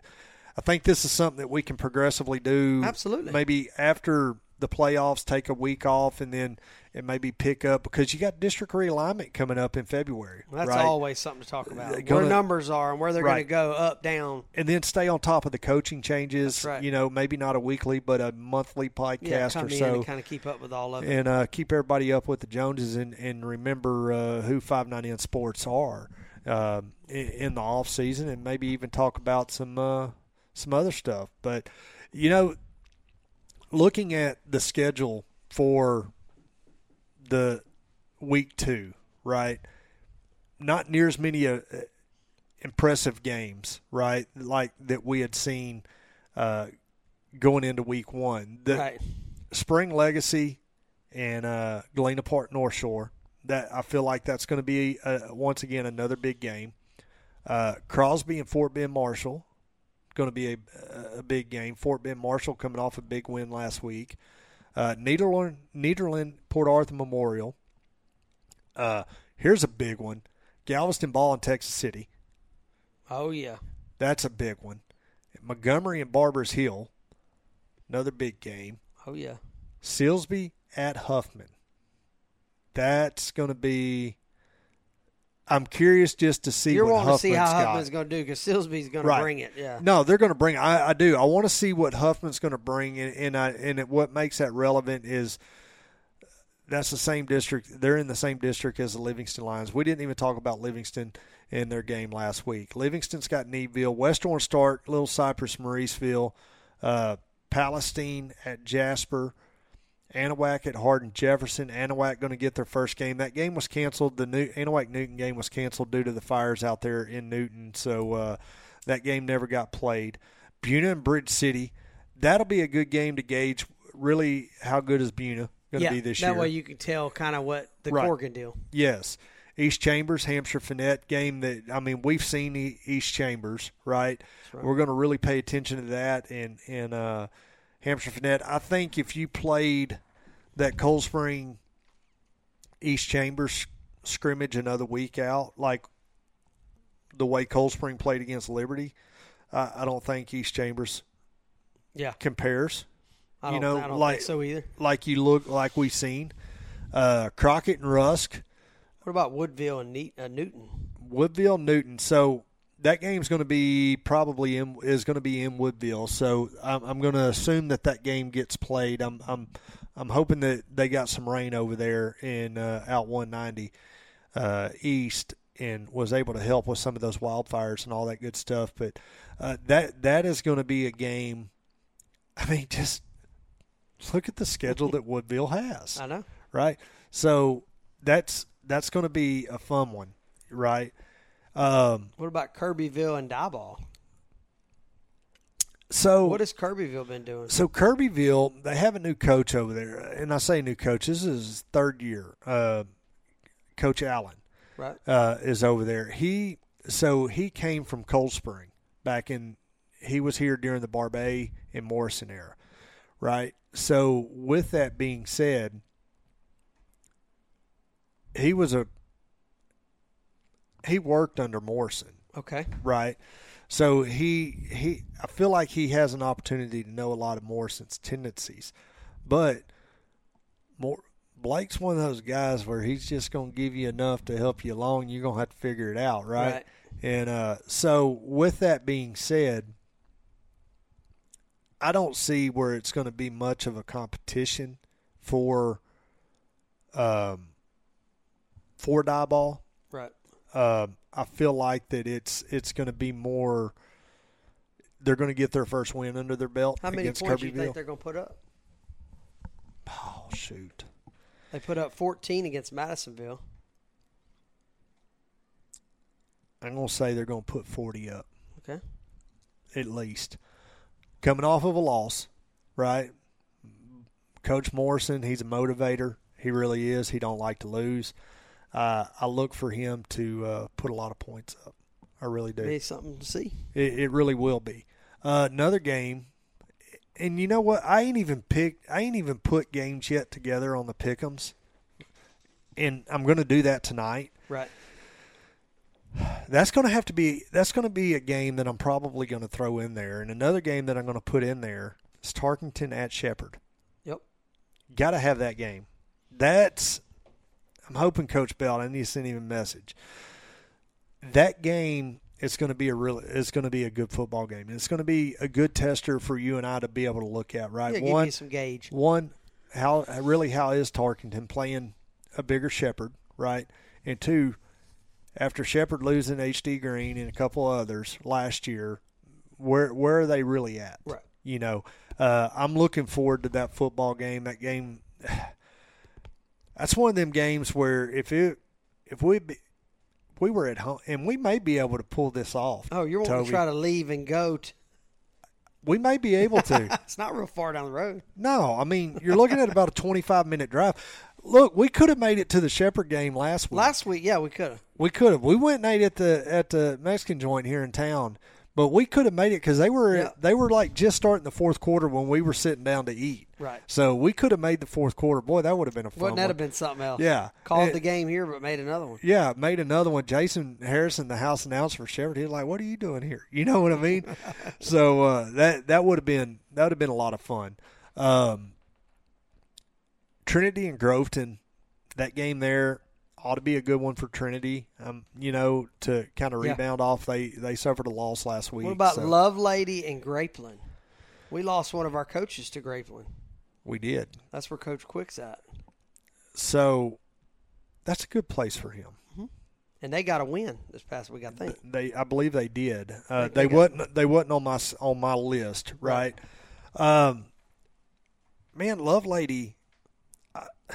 Speaker 1: I think this is something that we can progressively do.
Speaker 2: Absolutely.
Speaker 1: Maybe after the playoffs, take a week off and then and maybe pick up because you got district realignment coming up in February.
Speaker 2: That's
Speaker 1: right?
Speaker 2: always something to talk about.
Speaker 1: They're
Speaker 2: where
Speaker 1: gonna-
Speaker 2: numbers are and where they're
Speaker 1: Right.
Speaker 2: going to go up, down.
Speaker 1: And then stay on top of the coaching changes.
Speaker 2: That's right.
Speaker 1: You know, maybe not a weekly, but a monthly podcast
Speaker 2: Yeah, come
Speaker 1: or
Speaker 2: in
Speaker 1: so.
Speaker 2: and kind of keep up with all of it.
Speaker 1: and uh, keep everybody up with the Joneses and, and remember uh, who 599 Sports are um, i- in the off season and maybe even talk about some uh, some other stuff. But you know, looking at the schedule for the week two, right? Not near as many uh, impressive games, right? Like that we had seen uh, going into week one. The,
Speaker 2: right.
Speaker 1: Spring Legacy and uh, Galena Park North Shore. That I feel like that's going to be uh, once again another big game. Uh, Crosby and Fort Bend Marshall going to be a, a big game. Fort Bend Marshall coming off a big win last week. Uh, Nederland, Nederland Port Arthur Memorial. Uh, here's a big one: Galveston Ball in Texas City.
Speaker 2: Oh yeah.
Speaker 1: That's a big one. Montgomery and Barbers Hill, another big game.
Speaker 2: Oh yeah.
Speaker 1: Sealsby at Huffman. That's going to be. I'm curious just to see
Speaker 2: You're
Speaker 1: what
Speaker 2: wanting to
Speaker 1: Huffman's
Speaker 2: see how
Speaker 1: got.
Speaker 2: Huffman's going to do because Silsby's going
Speaker 1: Right.
Speaker 2: to bring it. Yeah.
Speaker 1: No, they're going to bring. I, I do. I want to see what Huffman's going to bring, and and, I, and it, what makes that relevant is that's the same district. They're in the same district as the Livingston Lions. We didn't even talk about Livingston in their game last week. Livingston's got Needville, West Orange Stark, Little Cypress, Mauriceville, uh, Palestine at Jasper, Anahuac at Hardin Jefferson. Anahuac going to get their first game. That game was canceled. The new Anahuac Newton game was canceled due to the fires out there in Newton, so uh, that game never got played. Buna and Bridge City. That'll be a good game to gauge really how good is Buna going to
Speaker 2: yeah,
Speaker 1: be this
Speaker 2: that
Speaker 1: year.
Speaker 2: way you can tell kind of what the
Speaker 1: Right.
Speaker 2: Corgan deal.
Speaker 1: Yes. East Chambers, Hampshire Finette game that, I mean, we've seen E- East Chambers, right? We're going to really pay attention to that and, and uh, Hampshire Finette. I think if you played that Cold Spring East Chambers scrimmage another week out, like the way Cold Spring played against Liberty, I I don't think East Chambers
Speaker 2: Yeah,
Speaker 1: compares
Speaker 2: I
Speaker 1: You
Speaker 2: don't,
Speaker 1: know,
Speaker 2: I don't
Speaker 1: like-
Speaker 2: think so either.
Speaker 1: like you look like we've seen. Uh, Crockett and Rusk.
Speaker 2: What about Woodville and Ne- uh, Newton?
Speaker 1: Woodville Newton. So that game's going to be probably in is going to be in Woodville. So I'm, I'm going to assume that that game gets played. I'm I'm I'm hoping that they got some rain over there in uh, out 190 uh, east and was able to help with some of those wildfires and all that good stuff. But uh, that that is going to be a game. I mean, just look at the schedule that Woodville has
Speaker 2: I know.
Speaker 1: right? So that's that's going to be a fun one, right? Um,
Speaker 2: What about Kirbyville and Dieball?
Speaker 1: so
Speaker 2: What has Kirbyville been doing?
Speaker 1: so Kirbyville, they have a new coach over there, and I say new coach. This is his third year. Uh, coach Allen
Speaker 2: Right.
Speaker 1: uh, is over there. He so he came from Cold Spring back in. He was here during the Barbey and Morrison era, right? So with that being said, he was a he worked under Morrison
Speaker 2: Okay.
Speaker 1: right? So he he I feel like he has an opportunity to know a lot of Morrison's tendencies, but more Blake's one of those guys where he's just gonna give you enough to help you along. You're gonna have to figure it out, right?
Speaker 2: Right.
Speaker 1: And uh, so with that being said, I don't see where it's going to be much of a competition for um for die ball
Speaker 2: Right.
Speaker 1: um, I feel like that it's it's going to be more. They're going to get their first win under their belt
Speaker 2: How many
Speaker 1: against
Speaker 2: points do you think
Speaker 1: Kirbyville.
Speaker 2: they're going to put up?
Speaker 1: Oh shoot!
Speaker 2: They put up 14 against Madisonville.
Speaker 1: I'm going to say they're going to put 40 up
Speaker 2: Okay.
Speaker 1: at least. Coming off of a loss, right? Coach Morrison, he's a motivator. He really is. He don't like to lose. Uh, I look for him to uh, put a lot of points up. I really do.
Speaker 2: Be something to see.
Speaker 1: It, it really will be. Uh, another game, and you know what? I ain't even picked. I ain't even put games yet together on the pickems, and I'm going to do that tonight.
Speaker 2: Right.
Speaker 1: That's going to have to be. That's going to be a game that I'm probably going to throw in there, and another game that I'm going to put in there is Tarkington at Shepherd.
Speaker 2: Yep.
Speaker 1: Got to have that game. That's. I'm hoping Coach Bell. I need to send him a message. That game is going to be a real. It's going to be a good football game. It's going to be a good tester for you and I to be able to look at. Right.
Speaker 2: Yeah, give
Speaker 1: one.
Speaker 2: you some gauge.
Speaker 1: One. How really? How is Tarkington playing a bigger Shepherd? Right. And two. After Shepherd losing HD Green and a couple others last year, where where are they really at?
Speaker 2: Right.
Speaker 1: you know uh, i'm looking forward to that football game that game that's one of them games where if it if we be, we were at home and we may be able to pull this off
Speaker 2: Oh, you're wanting
Speaker 1: Toby.
Speaker 2: to try to leave and go. T-
Speaker 1: we may be able to
Speaker 2: it's not real far down the road.
Speaker 1: no i mean you're looking at about a 25 minute drive look we could have made it to the shepherd game last week
Speaker 2: Last week, yeah, we could have.
Speaker 1: we could have we went and ate at the at the mexican joint here in town but we could have made it because they were
Speaker 2: Yeah.
Speaker 1: they were like just starting the fourth quarter when we were sitting down to eat
Speaker 2: Right.
Speaker 1: So we could have made the fourth quarter. Boy, that would have been a fun
Speaker 2: Wouldn't that
Speaker 1: one.
Speaker 2: have been something else?
Speaker 1: Yeah.
Speaker 2: Called
Speaker 1: It-
Speaker 2: the game here, but made another one.
Speaker 1: Yeah, made another one. Jason Harrison, the house announcer for Shepherd, he was like, "What are you doing here?" You know what I mean? so uh, that that would have been that would have been a lot of fun. Um, Trinity and Groveton, that game there ought to be a good one for Trinity. Um, you know, to kind of
Speaker 2: Yeah.
Speaker 1: rebound off, they they suffered a loss last week.
Speaker 2: What about
Speaker 1: so-
Speaker 2: Love Lady and Grapeland? We lost one of our coaches to Grapeland.
Speaker 1: We did.
Speaker 2: That's where Coach Quick's at.
Speaker 1: So that's a good place for him.
Speaker 2: And they got a win this past week, I think.
Speaker 1: They, I believe they did. Uh,
Speaker 2: they
Speaker 1: they
Speaker 2: got-
Speaker 1: wasn't. They wasn't on my s- on my list, right? Um, man, Love Lady I,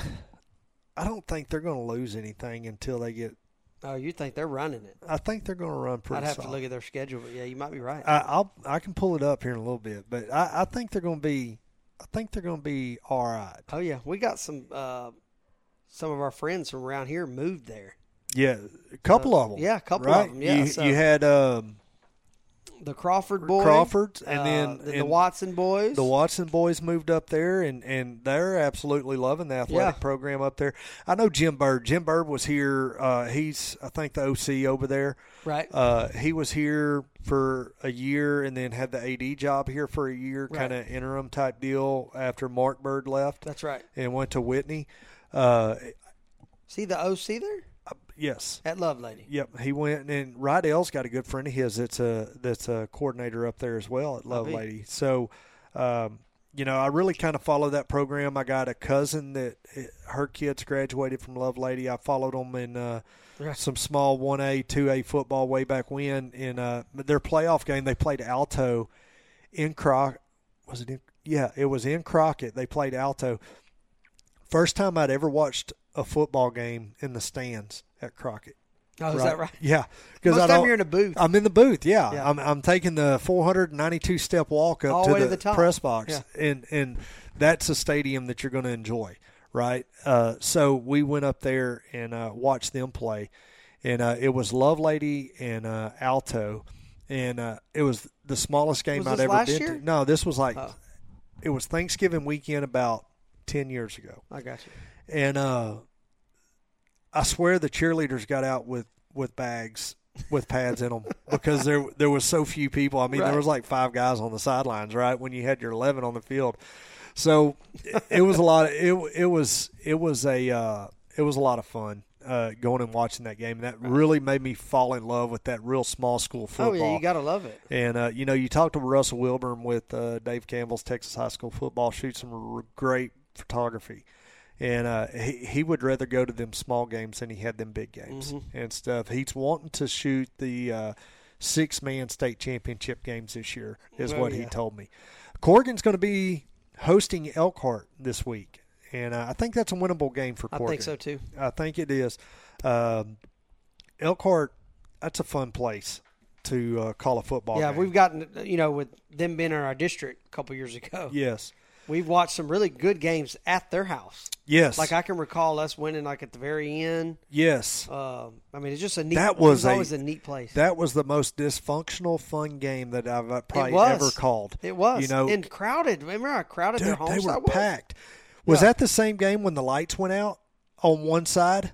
Speaker 1: I don't think they're going to lose anything until they get.
Speaker 2: Oh, you think they're running it?
Speaker 1: I think they're going to run pretty.
Speaker 2: I'd have
Speaker 1: solid.
Speaker 2: to look at their schedule, but yeah, you might be right.
Speaker 1: I, I'll I can pull it up here in a little bit, but I, I think they're going to be I think they're going to be all right.
Speaker 2: oh yeah, we got some uh, some of our friends from around here moved there.
Speaker 1: Yeah, a couple of them.
Speaker 2: Uh, yeah, a couple of them, yeah,
Speaker 1: you,
Speaker 2: so-
Speaker 1: you had um,
Speaker 2: The Crawford boys,
Speaker 1: Crawfords, and
Speaker 2: uh,
Speaker 1: then-
Speaker 2: the, the
Speaker 1: and
Speaker 2: Watson boys.
Speaker 1: the Watson boys moved up there, and and they're absolutely loving the athletic
Speaker 2: Yeah.
Speaker 1: program up there. I know Jim Bird. Jim Bird was here. Uh, he's I think the OC over there.
Speaker 2: right?
Speaker 1: Uh, he was here for a year and then had the AD job here for a year,
Speaker 2: Right.
Speaker 1: kind of interim type deal after Mark Bird left
Speaker 2: That's right.
Speaker 1: and went to Whitney. Uh,
Speaker 2: See the OC there
Speaker 1: yes.
Speaker 2: at Love Lady.
Speaker 1: Yep, he went and Rydell's got a good friend of his that's a that's a coordinator up there as well at Love
Speaker 2: be.
Speaker 1: Lady. So, um, you know, I really kind of follow that program. I got a cousin that eh, her kids graduated from Love Lady. I followed them in uh,
Speaker 2: Right.
Speaker 1: some small one A, two A football way back when. In uh, their playoff game, they played Alto in Croc. Was it in? Yeah, it was in Crockett. They played Alto. First time I'd ever watched a football game in the stands at Crockett.
Speaker 2: Oh, is that right?
Speaker 1: Yeah,
Speaker 2: Most
Speaker 1: because I
Speaker 2: time
Speaker 1: don't.
Speaker 2: you're in a booth.
Speaker 1: I'm in the booth. Yeah,
Speaker 2: Yeah.
Speaker 1: I'm, I'm taking the 492 step walk up
Speaker 2: All the
Speaker 1: to
Speaker 2: way
Speaker 1: the,
Speaker 2: to the top.
Speaker 1: press box,
Speaker 2: Yeah.
Speaker 1: and and that's a stadium that you're going to enjoy, right? Uh, so we went up there and uh, watched them play, and uh, it was Love Lady and uh, Alto, and uh, it was the smallest game
Speaker 2: Was
Speaker 1: I'd
Speaker 2: this
Speaker 1: ever
Speaker 2: last
Speaker 1: been
Speaker 2: year?
Speaker 1: to. No, this was like,
Speaker 2: Oh.
Speaker 1: it was Thanksgiving weekend about ten years ago
Speaker 2: I got you.
Speaker 1: and uh, I swear the cheerleaders got out with with bags with pads in them because there there was so few people. I mean,
Speaker 2: Right.
Speaker 1: there was like five guys on the sidelines, right? When you had your eleven on the field, so it, it was a lot. Of, it it was it was a uh, it was a lot of fun. Uh, going and watching that game, and that really made me fall in love with that real small school football.
Speaker 2: Oh yeah, you gotta love it.
Speaker 1: And uh, you know, you talked to Russell Wilburn with uh, Dave Campbell's Texas High School football. Shoots some r- great photography, and uh, he he would rather go to them small games than he had them big games
Speaker 2: Mm-hmm.
Speaker 1: and stuff. He's wanting to shoot the uh, six man state championship games this year, is
Speaker 2: Well,
Speaker 1: what he
Speaker 2: yeah.
Speaker 1: told me. Corgan's going to be hosting Elkhart this week, and uh, I think that's a winnable game for
Speaker 2: I
Speaker 1: Corgan.
Speaker 2: think so too.
Speaker 1: I think it is. Um, Elkhart, that's a fun place to uh, call a football.
Speaker 2: Yeah,
Speaker 1: game.
Speaker 2: we've gotten you know with them being in our district a couple years ago.
Speaker 1: yes,
Speaker 2: We've watched some really good games at their house.
Speaker 1: yes,
Speaker 2: Like I can recall us winning like at the very end.
Speaker 1: yes.
Speaker 2: Um, I mean, it's just a neat.
Speaker 1: That
Speaker 2: it
Speaker 1: was a-
Speaker 2: always a neat place.
Speaker 1: That was the most dysfunctional fun game that I've uh, probably
Speaker 2: was.
Speaker 1: ever called.
Speaker 2: it was,
Speaker 1: You know,
Speaker 2: and crowded. Remember how crowded
Speaker 1: dude,
Speaker 2: their homes
Speaker 1: they were
Speaker 2: that was?
Speaker 1: packed. Was that the same game when the lights went out on one side?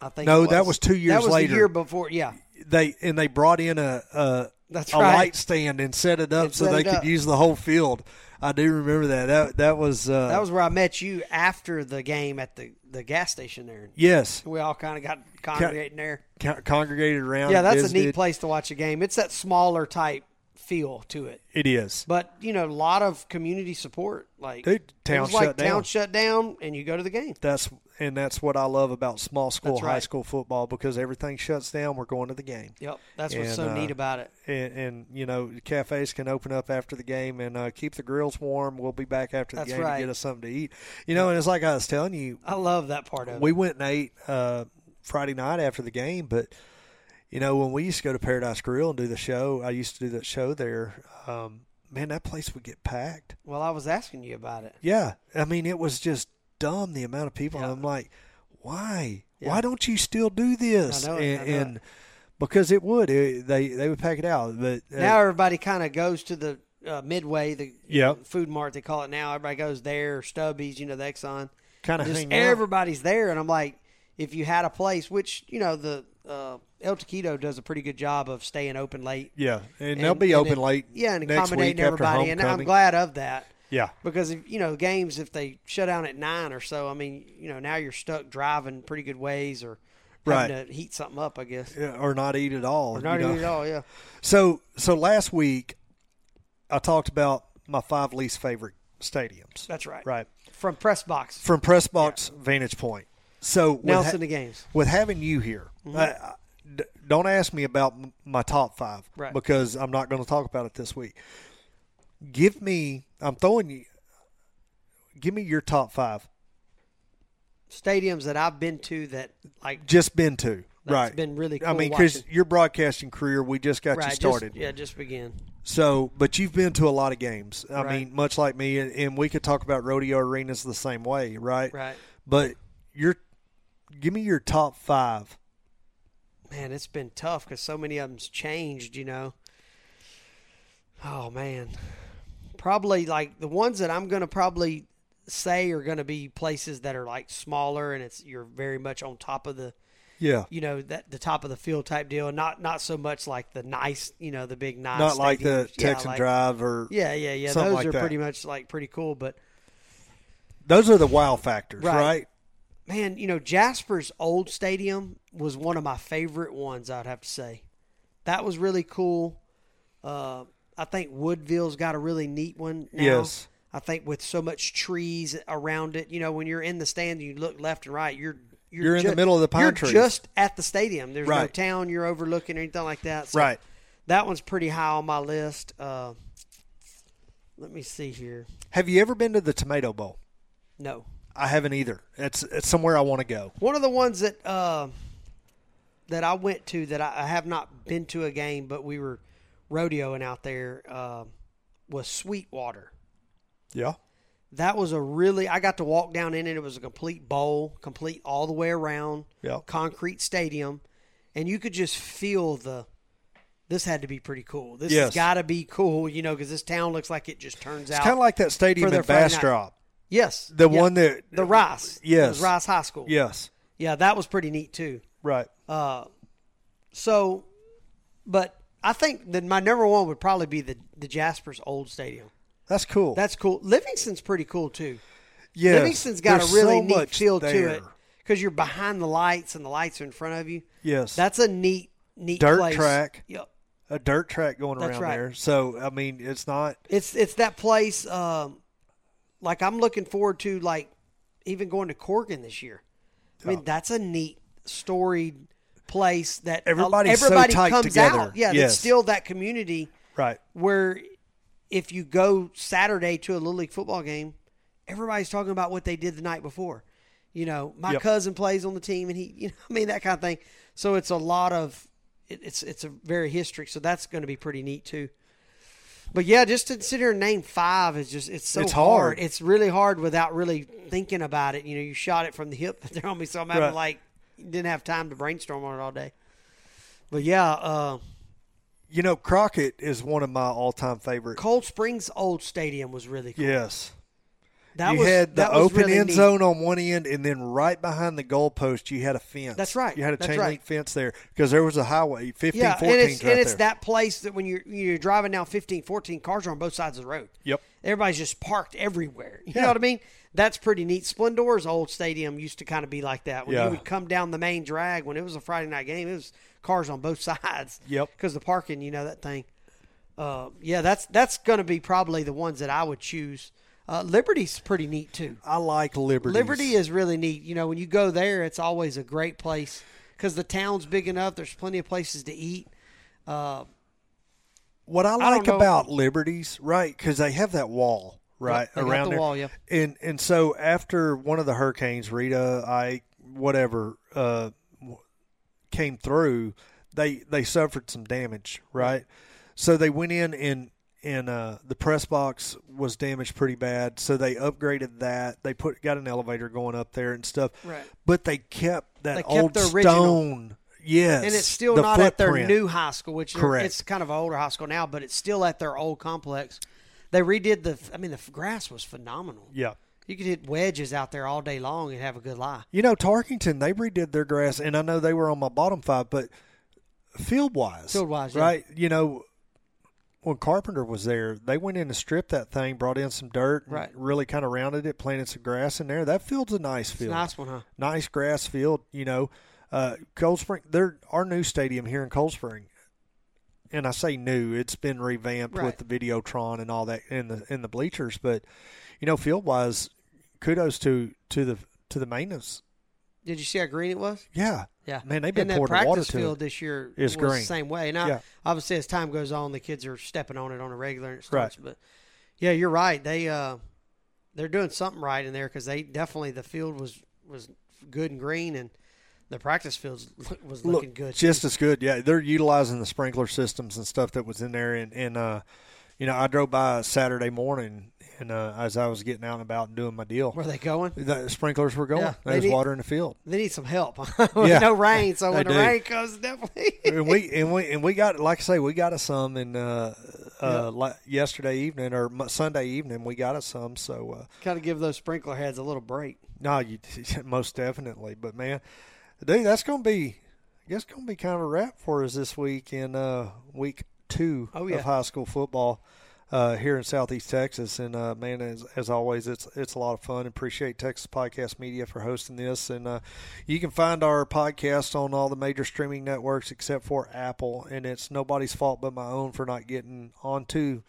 Speaker 2: I think.
Speaker 1: No,
Speaker 2: it
Speaker 1: that was two years
Speaker 2: That was
Speaker 1: later.
Speaker 2: the year before. Yeah,
Speaker 1: They and they brought in a a,
Speaker 2: That's
Speaker 1: a
Speaker 2: right.
Speaker 1: light stand and set it up
Speaker 2: And
Speaker 1: so
Speaker 2: set
Speaker 1: they
Speaker 2: it
Speaker 1: could
Speaker 2: up.
Speaker 1: use the whole field. I do remember that. That that was uh,
Speaker 2: that was where I met you after the game at the the gas station there.
Speaker 1: yes.
Speaker 2: We all kind of got congregating there.
Speaker 1: con- congregated around.
Speaker 2: Yeah,
Speaker 1: and
Speaker 2: that's a
Speaker 1: visited.
Speaker 2: neat place to watch a game. It's that smaller type feel to it.
Speaker 1: It is.
Speaker 2: But you know, a lot of community support. Like
Speaker 1: Dude,
Speaker 2: it
Speaker 1: town
Speaker 2: was like
Speaker 1: shut
Speaker 2: town
Speaker 1: down.
Speaker 2: shut down, and you go to the game.
Speaker 1: That's and that's what I love about small school,
Speaker 2: That's
Speaker 1: high
Speaker 2: right.
Speaker 1: school football because everything shuts down. We're going to the game,
Speaker 2: Yep, that's what's
Speaker 1: And,
Speaker 2: so
Speaker 1: uh,
Speaker 2: neat about it.
Speaker 1: and, and you know cafes can open up after the game and uh, keep the grills warm. We'll be back after the
Speaker 2: That's
Speaker 1: game
Speaker 2: right.
Speaker 1: to get us something to eat. You know, and it's like I was telling you,
Speaker 2: I love that part of it.
Speaker 1: we went and ate uh, Friday night after the game, but you know when we used to go to Paradise Grill and do the show, I used to do that show there. Um, man, that place would get packed.
Speaker 2: Well, I was asking you about it.
Speaker 1: Yeah, I mean, it was just dumb the amount of people.
Speaker 2: Yeah.
Speaker 1: I'm like, why?
Speaker 2: Yeah.
Speaker 1: Why don't you still do this?
Speaker 2: I know it, I
Speaker 1: and,
Speaker 2: know
Speaker 1: and because it would, it, they they would pack it out. But uh,
Speaker 2: Now everybody kind of goes to the uh, Midway, the
Speaker 1: Yep.
Speaker 2: food mart they call it now. Everybody goes there, Stubby's, you know, the Exxon.
Speaker 1: kind of
Speaker 2: Just
Speaker 1: hang out.
Speaker 2: everybody's there, and I'm like, if you had a place, which you know the uh, El Taquito does a pretty good job of staying open late.
Speaker 1: Yeah, and, they'll be
Speaker 2: and
Speaker 1: open
Speaker 2: it-
Speaker 1: late.
Speaker 2: Yeah, and
Speaker 1: next week
Speaker 2: accommodating
Speaker 1: after
Speaker 2: everybody,
Speaker 1: homecoming.
Speaker 2: and I'm glad of that.
Speaker 1: Yeah,
Speaker 2: because if you know games if they shut down at nine or so i mean you know now you're stuck driving pretty good ways or having to heat something up i guess
Speaker 1: Yeah, uh, or not eat at all.
Speaker 2: or
Speaker 1: you
Speaker 2: not
Speaker 1: know.
Speaker 2: even at all yeah
Speaker 1: So so last week, I talked about my five least favorite stadiums.
Speaker 2: that's right
Speaker 1: right
Speaker 2: from press box
Speaker 1: from press box vantage point. So with
Speaker 2: now
Speaker 1: ha-
Speaker 2: in the games
Speaker 1: with having you here,
Speaker 2: Mm-hmm.
Speaker 1: I- I- d- don't ask me about m- my top five
Speaker 2: Right.
Speaker 1: because I'm not going to talk about it this week. Give me, I'm throwing you, give me your top five
Speaker 2: stadiums that I've been to that like
Speaker 1: Just been to.
Speaker 2: That's
Speaker 1: right.
Speaker 2: been really
Speaker 1: I
Speaker 2: cool
Speaker 1: mean, Chris,
Speaker 2: watching.
Speaker 1: your broadcasting career, we just got
Speaker 2: right
Speaker 1: you
Speaker 2: just-
Speaker 1: started.
Speaker 2: yeah, just begin.
Speaker 1: So, but you've been to a lot of games. I
Speaker 2: Right.
Speaker 1: mean, much like me, and, and we could talk about rodeo arenas the same way, right?
Speaker 2: Right.
Speaker 1: But your, give me your top five.
Speaker 2: Man, it's been tough because so many of them's changed. You know. Oh man, probably like the ones that I'm gonna probably say are gonna be places that are like smaller and it's you're very much on top of the
Speaker 1: Yeah.
Speaker 2: you know that the top of the field type deal and not not so much like the nice you know the big nice
Speaker 1: Not like the
Speaker 2: stadiums. Yeah,
Speaker 1: Texan
Speaker 2: like-
Speaker 1: Drive or
Speaker 2: yeah yeah yeah
Speaker 1: something
Speaker 2: those
Speaker 1: like
Speaker 2: are
Speaker 1: that.
Speaker 2: pretty much like pretty cool but
Speaker 1: those are the wow factors, right?
Speaker 2: Right. man, you know, Jasper's old stadium was one of my favorite ones, I'd have to say. That was really cool. Uh, I think Woodville's got a really neat one now.
Speaker 1: Yes.
Speaker 2: I think with so much trees around it, you know, when you're in the stand and you look left and right, you're you're,
Speaker 1: You're in the
Speaker 2: ju-
Speaker 1: middle of the pine
Speaker 2: you're
Speaker 1: trees.
Speaker 2: just at the stadium. There's no
Speaker 1: Right.
Speaker 2: town you're overlooking or anything like that. So
Speaker 1: Right.
Speaker 2: That one's pretty high on my list. Uh, let me see here.
Speaker 1: Have you ever been to the Tomato Bowl?
Speaker 2: No.
Speaker 1: I haven't either. It's, it's somewhere I want to go.
Speaker 2: One of the ones that uh, that I went to that I, I have not been to a game, but we were rodeoing out there uh, was Sweetwater.
Speaker 1: Yeah.
Speaker 2: That was a really I got to walk down in it. It was a complete bowl, complete all the way around,
Speaker 1: Yeah.
Speaker 2: concrete stadium, and you could just feel the. This had to be pretty cool. This
Speaker 1: Yes.
Speaker 2: has got to be cool, you know, because this town looks like it just turns
Speaker 1: It's
Speaker 2: out.
Speaker 1: kind of like that stadium
Speaker 2: for
Speaker 1: in
Speaker 2: their Friday night.
Speaker 1: Bastrop.
Speaker 2: yes,
Speaker 1: The
Speaker 2: yeah,
Speaker 1: one that.
Speaker 2: the Rice, It
Speaker 1: Yes.
Speaker 2: was Rice High School.
Speaker 1: Yes.
Speaker 2: yeah, that was pretty neat too.
Speaker 1: Right.
Speaker 2: Uh, So, but I think that my number one would probably be the the Jasper's old stadium.
Speaker 1: That's cool.
Speaker 2: That's cool. Livingston's pretty cool too.
Speaker 1: yes.
Speaker 2: Livingston's got
Speaker 1: There's
Speaker 2: a really
Speaker 1: so
Speaker 2: neat
Speaker 1: much
Speaker 2: feel
Speaker 1: there.
Speaker 2: to it because you're behind the lights and the lights are in front of you.
Speaker 1: Yes.
Speaker 2: That's a neat neat
Speaker 1: Dirt
Speaker 2: place.
Speaker 1: track.
Speaker 2: Yep.
Speaker 1: a dirt track going
Speaker 2: That's
Speaker 1: around
Speaker 2: right.
Speaker 1: there. So I mean, it's not
Speaker 2: It's it's that place. Um, like I'm looking forward to like even going to Corgan this year. I mean, that's a neat storied place that
Speaker 1: Everybody's so
Speaker 2: everybody
Speaker 1: tight
Speaker 2: comes
Speaker 1: together.
Speaker 2: out. Yeah,
Speaker 1: Yes.
Speaker 2: that's still that community.
Speaker 1: right.
Speaker 2: where if you go Saturday to a little league football game, everybody's talking about what they did the night before. You know, my
Speaker 1: Yep.
Speaker 2: cousin plays on the team, and he, you know, I mean that kind of thing. So it's a lot of, it, it's it's a very history. So that's going to be pretty neat too. But yeah, just to sit here and name five is just it's so
Speaker 1: It's hard.
Speaker 2: It's really hard without really thinking about it. You know, you shot it from the hip, but there only so I'm having
Speaker 1: Right.
Speaker 2: like didn't have time to brainstorm on it all day. But yeah, uh,
Speaker 1: You know, Crockett is one of my all-time favorite.
Speaker 2: Cold Springs Old Stadium was really cool.
Speaker 1: Yes,
Speaker 2: That
Speaker 1: you
Speaker 2: was,
Speaker 1: had the
Speaker 2: that was
Speaker 1: open
Speaker 2: really
Speaker 1: end
Speaker 2: neat.
Speaker 1: zone on one end, and then right behind the goalpost, you had a fence.
Speaker 2: That's right.
Speaker 1: You had a
Speaker 2: That's
Speaker 1: chain
Speaker 2: right.
Speaker 1: link fence there because there was a highway 15,
Speaker 2: Yeah,
Speaker 1: 14
Speaker 2: and it's,
Speaker 1: right
Speaker 2: and it's
Speaker 1: there.
Speaker 2: that place that when you're you're driving down 15, 14, cars are on both sides of the road.
Speaker 1: Yep.
Speaker 2: Everybody's just parked everywhere. You
Speaker 1: Yeah.
Speaker 2: know what I mean? That's pretty neat. Splendor's old stadium used to kind of be like that. When
Speaker 1: Yeah.
Speaker 2: you would come down the main drag, when it was a Friday night game, it was cars on both sides.
Speaker 1: Yep.
Speaker 2: Because the parking, you know, that thing. Uh, yeah, that's that's going to be probably the ones that I would choose. Uh, Liberty's pretty neat too.
Speaker 1: I like Liberty.
Speaker 2: Liberty is really neat. You know, when you go there, it's always a great place because the town's big enough. There's plenty of places to eat.
Speaker 1: what I like
Speaker 2: know.
Speaker 1: about Liberties, right? Because they have that wall right
Speaker 2: they got
Speaker 1: around
Speaker 2: the
Speaker 1: there.
Speaker 2: wall, yeah.
Speaker 1: And and so after one of the hurricanes, Rita, I whatever, uh, w- came through, they they suffered some damage, right? So they went in and and uh, the press box was damaged pretty bad. So they upgraded that. They put got an elevator going up there and stuff.
Speaker 2: Right.
Speaker 1: But they kept that
Speaker 2: They kept
Speaker 1: old
Speaker 2: the original.
Speaker 1: stone. Yes.
Speaker 2: And it's still
Speaker 1: the
Speaker 2: not at their
Speaker 1: footprint.
Speaker 2: new high school, which they're-
Speaker 1: Correct.
Speaker 2: it's kind of an older high school now, but it's still at their old complex. They redid the, I mean, the f- grass was phenomenal.
Speaker 1: Yeah.
Speaker 2: You could hit wedges out there all day long and have a good lie.
Speaker 1: You know, Tarkington, they redid their grass, and I know they were on my bottom five, but field wise,
Speaker 2: Field-wise, yeah.
Speaker 1: right? You know, when Carpenter was there, they went in and stripped that thing, brought in some dirt, and
Speaker 2: Right.
Speaker 1: Really kind of rounded it, planted some grass in there. That field's a nice field,
Speaker 2: Nice one, huh?
Speaker 1: nice grass field. You know, uh, Cold Spring, there our new stadium here in Cold Spring. And I say new; it's been revamped with
Speaker 2: Right.
Speaker 1: the Videotron and all that, in the in the bleachers. But you know, field wise, kudos to to the to the maintenance
Speaker 2: Did you see how green it was?
Speaker 1: yeah.
Speaker 2: Yeah,
Speaker 1: Man, they've been
Speaker 2: and that
Speaker 1: pouring the
Speaker 2: practice
Speaker 1: water to
Speaker 2: field
Speaker 1: it.
Speaker 2: this year
Speaker 1: It's
Speaker 2: is
Speaker 1: green.
Speaker 2: the same way. Now,
Speaker 1: Yeah.
Speaker 2: obviously, as time goes on, the kids are stepping on it on a regular. And it
Speaker 1: Right.
Speaker 2: starts, But yeah, you're right. They uh, they're doing something right in there because they definitely the field was was good and green, and the practice fields was looking
Speaker 1: Look,
Speaker 2: good.
Speaker 1: Just as good. Yeah, they're utilizing the sprinkler systems and stuff that was in there. And, and uh, you know, I drove by Saturday morning, and uh, as I was getting out and about and doing my deal,
Speaker 2: Were they going?
Speaker 1: the sprinklers were going.
Speaker 2: Yeah,
Speaker 1: there
Speaker 2: they
Speaker 1: was
Speaker 2: need-
Speaker 1: water in the field.
Speaker 2: They need some help. With
Speaker 1: Yeah,
Speaker 2: no rain, so
Speaker 1: they
Speaker 2: when the
Speaker 1: do.
Speaker 2: rain comes, definitely.
Speaker 1: and we and we and we got like I say, we got us some in uh, uh, la- yesterday evening or Mo- Sunday evening. We got us some. So uh,
Speaker 2: Got to give those sprinkler heads a little break.
Speaker 1: no, you most definitely. But man, dude, that's gonna be I guess gonna be kind of a wrap for us this week in uh, week two
Speaker 2: Oh, yeah.
Speaker 1: of high school football. Uh, here in Southeast Texas, and uh, man, as, as always, it's it's a lot of fun. Appreciate Texas Podcast Media for hosting this, and uh, you can find our podcast on all the major streaming networks except for Apple, and it's nobody's fault but my own for not getting onto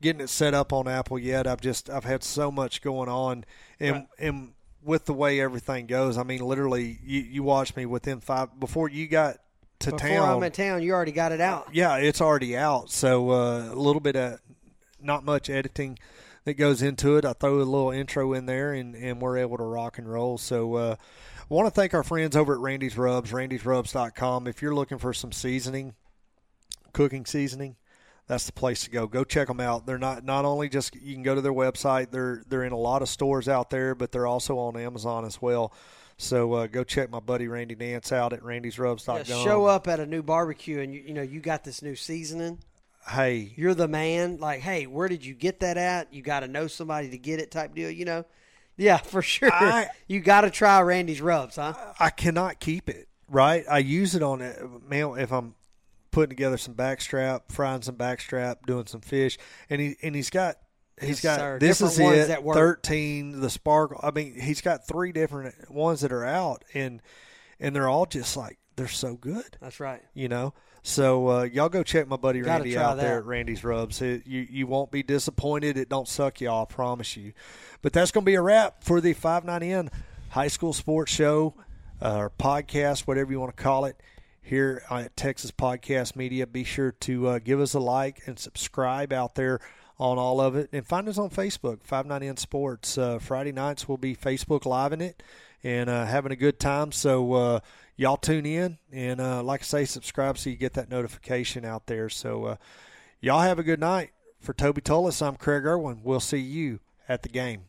Speaker 1: getting it set up on Apple yet. I've just I've had so much going on, and and with the way everything goes, I mean, literally, you you watched me within five before you got to
Speaker 2: Before
Speaker 1: town.
Speaker 2: I'm in town, you already got it out.
Speaker 1: yeah, it's already out, so uh, a little bit of not much editing that goes into it. I throw a little intro in there, and and we're able to rock and roll. So. Uh, I want to thank our friends over at Randy's Rubs, randysrubs.com. If you're looking for some seasoning, cooking seasoning, that's the place to go. Go check them out. They're not not only just you can go to their website. They're they're in a lot of stores out there, but they're also on Amazon as well. So uh, go check my buddy Randy Nance out at randysrubs.com.
Speaker 2: Just show up at a new barbecue, and you, you know you got this new seasoning.
Speaker 1: Hey,
Speaker 2: You're the man. Like, hey, where did you get that at? You got to know somebody to get it, type deal. You know, yeah, for sure.
Speaker 1: I-
Speaker 2: you got to try Randy's rubs, huh?
Speaker 1: I cannot keep it right. I use it on it, man. If I'm putting together some backstrap, frying some backstrap, doing some fish, and he and he's got he's
Speaker 2: Yes,
Speaker 1: got
Speaker 2: sir.
Speaker 1: this
Speaker 2: Different
Speaker 1: is
Speaker 2: ones
Speaker 1: it
Speaker 2: that work.
Speaker 1: thirteen the sparkle. I mean, he's got three different ones that are out, and and they're all just like they're so good.
Speaker 2: That's right.
Speaker 1: you know. So uh, y'all go check my buddy
Speaker 2: Gotta
Speaker 1: Randy
Speaker 2: try
Speaker 1: out there
Speaker 2: that.
Speaker 1: at Randy's Rubs. It- you you won't be disappointed. It don't suck you. all I promise you. But that's gonna be a wrap for the Five Nine N High School Sports Show uh, or podcast, whatever you want to call it. Here at Texas Podcast Media, be sure to uh, give us a like and subscribe out there on all of it, and find us on Facebook, Five Nine N Sports. Uh, Friday nights will be Facebook live in it and uh, having a good time. So uh, y'all tune in and uh, like I say, subscribe so you get that notification out there. So uh, y'all have a good night. For Toby Tullis, I'm Craig Irwin. We'll see you at the game.